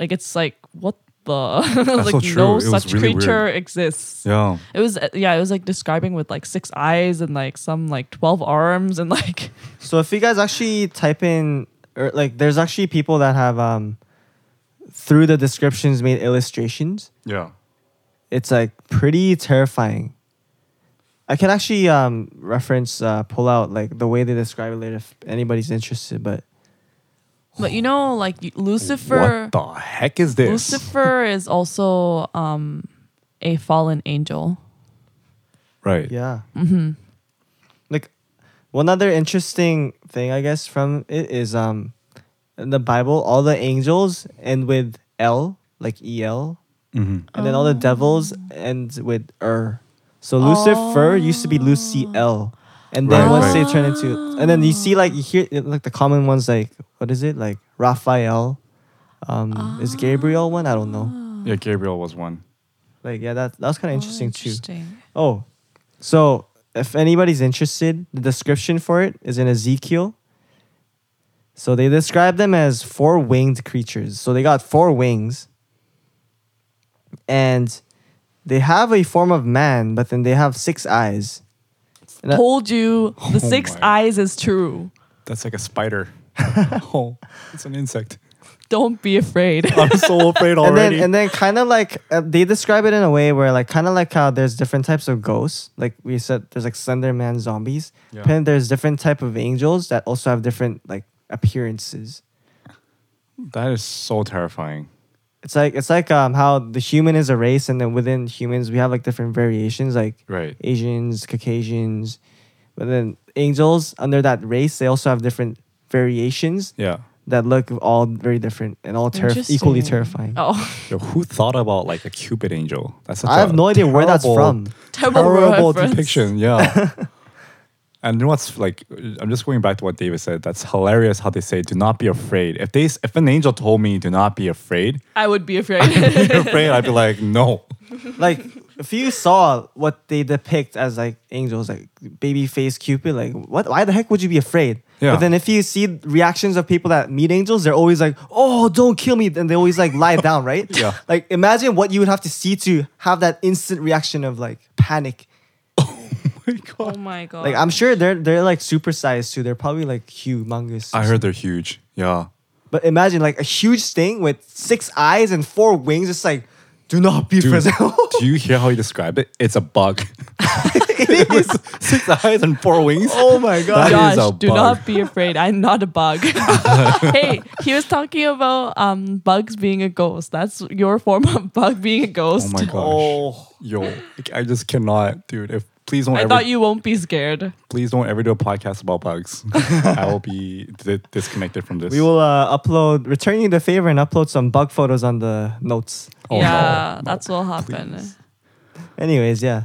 [SPEAKER 2] like it's like what the <laughs>
[SPEAKER 1] so
[SPEAKER 2] like
[SPEAKER 1] true. It was
[SPEAKER 2] no such
[SPEAKER 1] really weird.
[SPEAKER 2] creature exists.
[SPEAKER 1] Yeah.
[SPEAKER 2] It was uh, yeah, it was like describing with like six eyes and like some like twelve arms and like <laughs>
[SPEAKER 3] So if you guys actually type in, or like, there's actually people that have um, through the descriptions made illustrations.
[SPEAKER 1] Yeah.
[SPEAKER 3] It's like pretty terrifying. I can actually um, reference uh, pull out like the way they describe it later if anybody's interested. But
[SPEAKER 2] but you know like Lucifer.
[SPEAKER 1] what the heck is this?
[SPEAKER 2] Lucifer is also um, a fallen angel.
[SPEAKER 1] Right.
[SPEAKER 3] yeah, mm-hmm. like one other interesting thing I guess from it is um, in the Bible all the angels end with L like E L
[SPEAKER 1] Mm-hmm.
[SPEAKER 3] and then all the devils ends with er. So Lucifer used to be Lucy L, and then
[SPEAKER 1] Right,
[SPEAKER 3] once
[SPEAKER 1] right.
[SPEAKER 3] they turn into, and then you see like you hear like the common ones like what is it like Raphael, um, is Gabriel one? I don't know.
[SPEAKER 2] Uh.
[SPEAKER 1] Yeah, Gabriel was one.
[SPEAKER 3] Like yeah, that that was kind of Oh, interesting, too.
[SPEAKER 2] Interesting.
[SPEAKER 3] Oh, so if anybody's interested, the description for it is in Ezekiel. So they describe them as four winged creatures. So they got four wings. And they have a form of man, but then they have six eyes. And I-
[SPEAKER 2] Told you the
[SPEAKER 1] <laughs> Oh
[SPEAKER 2] six
[SPEAKER 1] my.
[SPEAKER 2] eyes is true.
[SPEAKER 1] That's like a
[SPEAKER 3] <laughs>
[SPEAKER 1] spider. <laughs> oh, it's an insect.
[SPEAKER 2] Don't be afraid.
[SPEAKER 1] I'm so afraid
[SPEAKER 3] and then
[SPEAKER 1] already.
[SPEAKER 3] and then kind of like uh, they describe it in a way where like kind of like how there's different types of ghosts like we said there's like slender man zombies
[SPEAKER 1] Yeah.
[SPEAKER 3] but then there's different type of angels that also have different like appearances
[SPEAKER 1] that is so terrifying.
[SPEAKER 3] it's like it's like um how the human is a race and then within humans we have like different variations like
[SPEAKER 1] Right.
[SPEAKER 3] asians caucasians but then angels under that race they also have different variations
[SPEAKER 1] Yeah.
[SPEAKER 3] that look all very different and all terif- equally
[SPEAKER 2] Interesting.
[SPEAKER 3] terrifying
[SPEAKER 2] oh, <laughs>
[SPEAKER 1] Yo, who thought about like a cupid angel? That's such
[SPEAKER 3] i have
[SPEAKER 1] a
[SPEAKER 3] no idea where that's
[SPEAKER 1] terrible-
[SPEAKER 3] from
[SPEAKER 2] terrible,
[SPEAKER 1] terrible
[SPEAKER 2] reference.
[SPEAKER 1] depiction.
[SPEAKER 3] <laughs>
[SPEAKER 1] Yeah. and you know what's like? I'm just going back to what David said. That's hilarious how they say, "Do not be afraid." If they, s- if an angel told me, "Do not be afraid," <laughs>
[SPEAKER 2] I would be afraid.
[SPEAKER 1] be afraid, I'd be like, "No." <laughs>
[SPEAKER 3] like if you saw what they depict as like angels, like baby face Cupid, like what? Why the heck would you be afraid?
[SPEAKER 1] Yeah.
[SPEAKER 3] But then if you see reactions of people that meet angels, they're always like, "Oh, don't kill me," and they always like lie down, right?
[SPEAKER 1] <laughs> Yeah.
[SPEAKER 3] Like imagine what you would have to see to have that instant reaction of like panic.
[SPEAKER 1] my god.
[SPEAKER 2] oh my god.
[SPEAKER 3] Like I'm sure they're they're like supersized too. They're probably like humongous.
[SPEAKER 1] I heard they're huge. Yeah.
[SPEAKER 3] But imagine like a huge thing with six eyes and four wings. It's like, do not be
[SPEAKER 1] Dude,
[SPEAKER 3] present.
[SPEAKER 1] <laughs>
[SPEAKER 3] <laughs>
[SPEAKER 1] do you hear how he described it? It's a bug. <laughs> it was six eyes and four wings.
[SPEAKER 3] oh my god.
[SPEAKER 1] That is
[SPEAKER 2] Josh,
[SPEAKER 1] a
[SPEAKER 2] do
[SPEAKER 1] bug.
[SPEAKER 2] not be afraid. I'm not
[SPEAKER 1] <laughs>
[SPEAKER 2] a bug. hey, he was talking about um, bugs being a ghost. That's your form of bug being a ghost.
[SPEAKER 1] Oh my gosh.
[SPEAKER 3] Oh.
[SPEAKER 1] Yo, like, I just cannot, dude. If please don't
[SPEAKER 2] I
[SPEAKER 1] ever
[SPEAKER 2] thought you won't be scared.
[SPEAKER 1] please don't ever do a podcast about
[SPEAKER 3] <laughs>
[SPEAKER 1] bugs. I will be di- disconnected from this.
[SPEAKER 3] We will uh, upload, return you the favor and upload some bug photos on the notes.
[SPEAKER 1] Oh, no,
[SPEAKER 2] yeah,
[SPEAKER 1] no,
[SPEAKER 2] that's what'll happen.
[SPEAKER 1] please.
[SPEAKER 3] Anyways, yeah.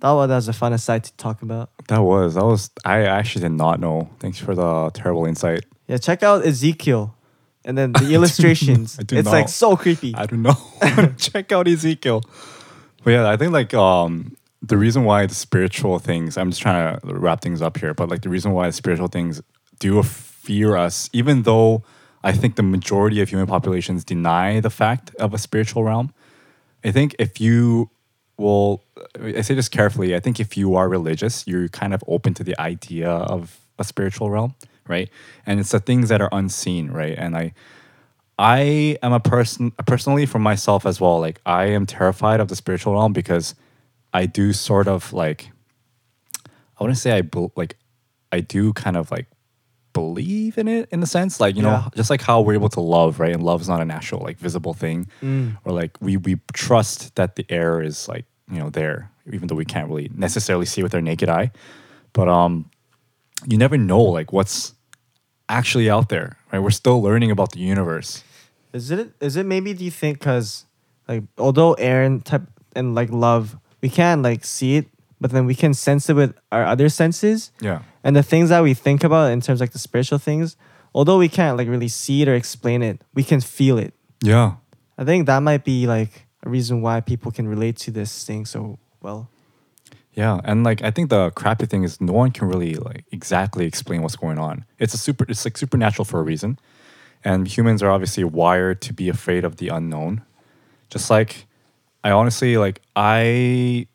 [SPEAKER 3] That was, that was a fun aside to talk about.
[SPEAKER 1] That was that was I actually did not know. Thanks for the terrible insight.
[SPEAKER 3] Yeah, check out Ezekiel. And
[SPEAKER 1] <laughs>
[SPEAKER 3] then the illustrations.
[SPEAKER 1] I do
[SPEAKER 3] It's like
[SPEAKER 1] not-
[SPEAKER 3] so creepy.
[SPEAKER 1] I don't know. <laughs> Check out Ezekiel. But yeah, I think like um the reason why the spiritual things I'm just trying to wrap things up here, but like the reason why spiritual things do fear us, even though I think the majority of human populations deny the fact of a spiritual realm. I think if you will, I say this carefully, I think if you are religious, you're kind of open to the idea of a spiritual realm, right? And it's the things that are unseen, right? And I, I am a person personally for myself as well. Like I am terrified of the spiritual realm because I do sort of like I wouldn't say I bel like I do kind of like believe in it in a sense like you
[SPEAKER 3] Yeah.
[SPEAKER 1] know just like how we're able to love right and love is not an actual like visible thing or like we we trust that the air is like you know there even though we can't really necessarily see with our naked eye but um you never know like what's actually out there right we're still learning about the universe
[SPEAKER 3] Is it is it maybe do you think because like although air and type and like love we can like see it but then we can sense it with our other senses
[SPEAKER 1] yeah
[SPEAKER 3] and the things that we think about in terms like the spiritual things although we can't like really see it or explain it we can feel it
[SPEAKER 1] yeah
[SPEAKER 3] I think that might be like a reason why people can relate to this thing so well
[SPEAKER 1] Yeah, and like I think the crappy thing is no one can really like exactly explain what's going on. It's a super it's like supernatural for a reason. And humans are obviously wired to be afraid of the unknown. Just like I honestly like I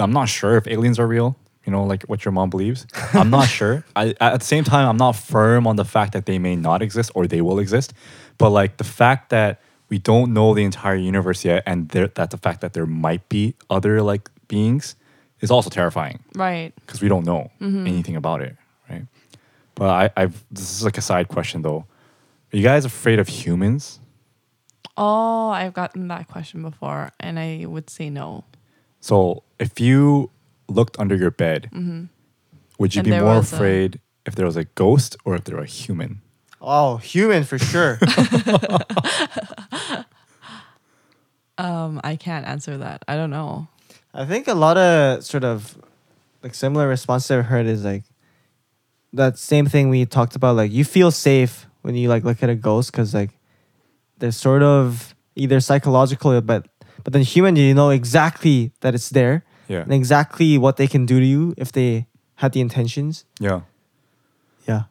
[SPEAKER 1] I'm not sure if aliens are real, you know, like what your mom believes. I'm not sure. I at the same time I'm not firm on the fact that they may not exist or they will exist, but like the fact that we don't know the entire universe yet and there, that the fact that there might be other like beings is also terrifying
[SPEAKER 2] Right.
[SPEAKER 1] because we don't know anything about it, right? But I, I've this is like a side question though. Are you guys afraid of humans?
[SPEAKER 2] Oh, I've gotten that question before, and I would say no.
[SPEAKER 1] So if you looked under your bed, would you
[SPEAKER 2] Mm-hmm. And
[SPEAKER 1] be
[SPEAKER 2] there
[SPEAKER 1] more
[SPEAKER 2] was a-
[SPEAKER 1] afraid if there was a ghost or if there were a human?
[SPEAKER 3] oh human for <laughs> sure
[SPEAKER 2] Um, I can't answer that. I don't know.
[SPEAKER 3] I think a lot of sort of like similar responses I've heard is like that same thing we talked about. Like you feel safe when you like look at a ghost because like they're sort of either psychological, but but then human, you know exactly that it's there
[SPEAKER 1] Yeah.
[SPEAKER 3] and exactly what they can do to you if they had the intentions.
[SPEAKER 1] Yeah.
[SPEAKER 3] Yeah,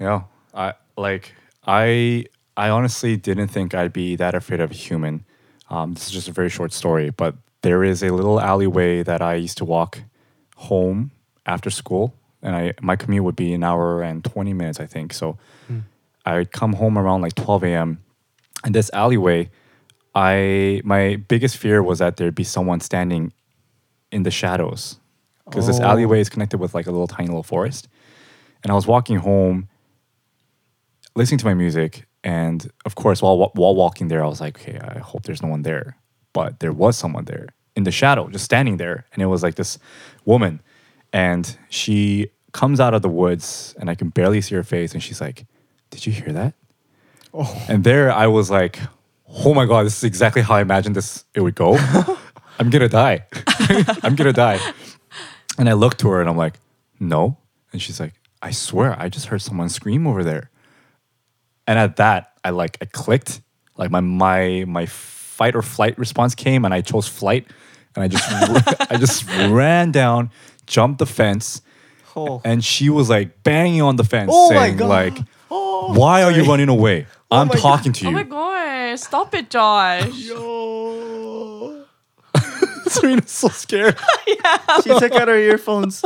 [SPEAKER 1] Yeah. I like I I honestly didn't think I'd be that afraid of a human. Um, this is just a very short story, but there is a little alleyway that I used to walk home after school, and I my commute would be an hour and twenty minutes, I think. So I would come home around like twelve a.m. And this alleyway, I my biggest fear was that there'd be someone standing in the shadows because this
[SPEAKER 3] Oh.
[SPEAKER 1] alleyway is connected with like a little tiny little forest. And I was walking home, listening to my music, and of course, while wa- while walking there, I was like, okay, I hope there's no one there. But there was someone there in the shadow, just standing there, and it was like this woman, and she comes out of the woods, and I can barely see her face, and she's like, "Did you hear that?" And there I was like, oh my God, this is exactly how I imagined this it would
[SPEAKER 3] <laughs>
[SPEAKER 1] go. I'm gonna die. <laughs> I'm gonna die. And I look to her and I'm like, no. And she's like, I swear, I just heard someone scream over there. And at that, I like I clicked. Like my my my fight or flight response came and I chose flight and I just I just <laughs> ran down, jumped the fence,
[SPEAKER 3] Oh.
[SPEAKER 1] and she was like banging on the fence
[SPEAKER 3] Oh my
[SPEAKER 1] saying
[SPEAKER 3] God.
[SPEAKER 1] like why are you running away? I'm
[SPEAKER 3] my God.
[SPEAKER 1] talking to you.
[SPEAKER 2] Oh <laughs> my gosh! Stop
[SPEAKER 1] <laughs>
[SPEAKER 2] it, Josh.
[SPEAKER 1] Serena's so scared.
[SPEAKER 3] she took out her <laughs> earphones.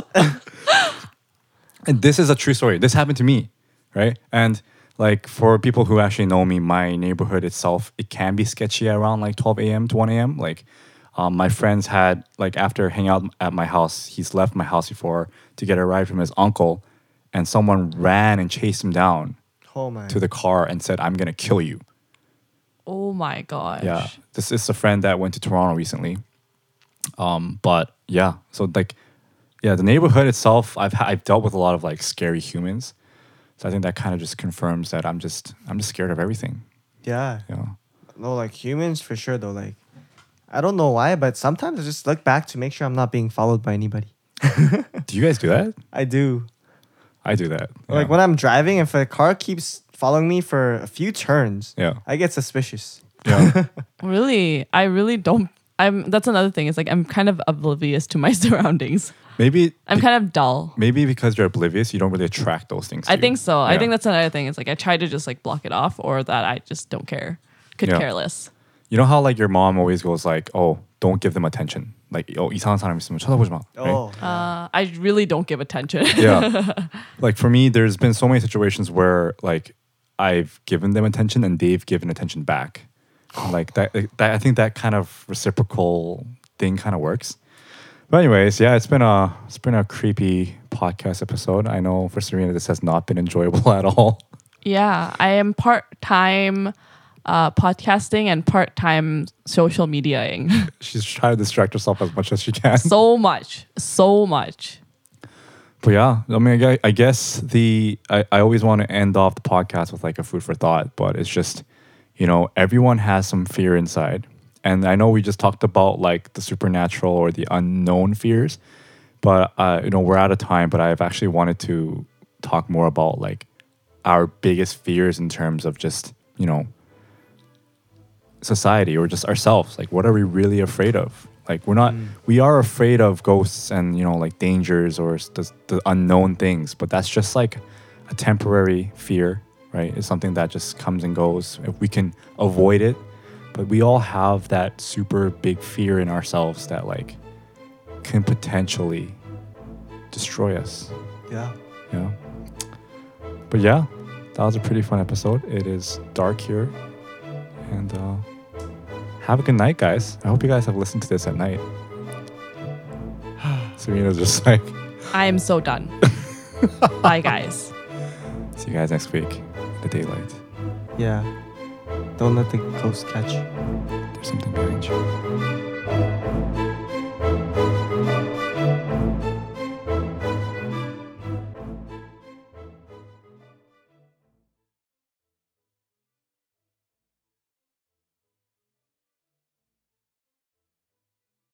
[SPEAKER 1] and this is a true story. This happened to me, right? And like for people who actually know me, my neighborhood itself, it can be sketchy around like 12 a.m. to 1 a.m. Like um, my friends had like after hanging out at my house, he's left my house before to get a ride from his uncle, and someone ran and chased him down
[SPEAKER 3] oh my!
[SPEAKER 1] to the car and said, "I'm gonna kill you."
[SPEAKER 2] Oh my gosh.
[SPEAKER 1] Yeah, this is a friend that went to Toronto recently. Um, but yeah, so like yeah, the neighborhood itself, I've ha- I've dealt with a lot of like scary humans, so I think that kind of just confirms that I'm just I'm just scared of everything.
[SPEAKER 3] Yeah.
[SPEAKER 1] You
[SPEAKER 3] <laughs>
[SPEAKER 1] know?
[SPEAKER 3] No, like humans for sure though. Like, I don't know why, but sometimes I just look back to make sure I'm not being followed by anybody.
[SPEAKER 1] Do you guys do that?
[SPEAKER 3] I do.
[SPEAKER 1] I do that.
[SPEAKER 3] Like
[SPEAKER 1] yeah.
[SPEAKER 3] when I'm driving, if a car keeps following me for a few turns,
[SPEAKER 1] Yeah.
[SPEAKER 3] I get suspicious. <laughs>
[SPEAKER 1] Yeah.
[SPEAKER 2] Really, I really don't. I'm. That's another thing. It's like I'm kind of oblivious to my <laughs> surroundings.
[SPEAKER 1] maybe
[SPEAKER 2] I'm kind of dull.
[SPEAKER 1] maybe because you're oblivious, you don't really attract those things. to
[SPEAKER 2] I
[SPEAKER 1] you.
[SPEAKER 2] think so. I
[SPEAKER 1] Yeah.
[SPEAKER 2] think that's another thing. It's like I try to just like block it off, or that I just don't care. Could
[SPEAKER 1] Yeah.
[SPEAKER 2] care less.
[SPEAKER 1] you know how like your mom always goes like, "Oh, don't give them attention." Like, "Oh, 이상한 사람 있으면 쳐다보지 마." right?
[SPEAKER 3] Oh,
[SPEAKER 2] Uh, I really don't give attention. <laughs>
[SPEAKER 1] yeah. Like for me, there's been so many situations where like I've given them attention and they've given attention back. Like that, that I think that kind of reciprocal thing kind of works. But anyways, yeah, it's been a it's been a creepy podcast episode. I know for Serena this has not been enjoyable <laughs> at all.
[SPEAKER 2] Yeah, I am part time uh, podcasting and part time social mediaing. <laughs>
[SPEAKER 1] She's trying to distract herself as much as she can.
[SPEAKER 2] so much, so much.
[SPEAKER 1] But yeah, I mean, I gue- I guess the I, I always want to end off the podcast with like a food for thought, but it's just, you know, everyone has some fear inside, and I know we just talked about like the supernatural or the unknown fears, but uh, you know, we're out of time. But I've actually wanted to talk more about like our biggest fears in terms of just you know society or just ourselves like what are we really afraid of like we're not we are afraid of ghosts and you know like dangers or s- the, the unknown things but that's just like a temporary fear right it's something that just comes and goes if we can avoid it but we all have that super big fear in ourselves that like can potentially destroy us
[SPEAKER 3] yeah.
[SPEAKER 1] yeah. But yeah, that was a pretty fun episode. It is dark here. And uh, have a good night, guys. I hope you guys have listened to this at night. <sighs> Serena's just <laughs> like,
[SPEAKER 2] I am so done.
[SPEAKER 1] <laughs>
[SPEAKER 2] Bye, guys.
[SPEAKER 1] see you guys next week. The daylight.
[SPEAKER 3] Yeah. Don't let the ghost catch you.
[SPEAKER 1] There's something behind you.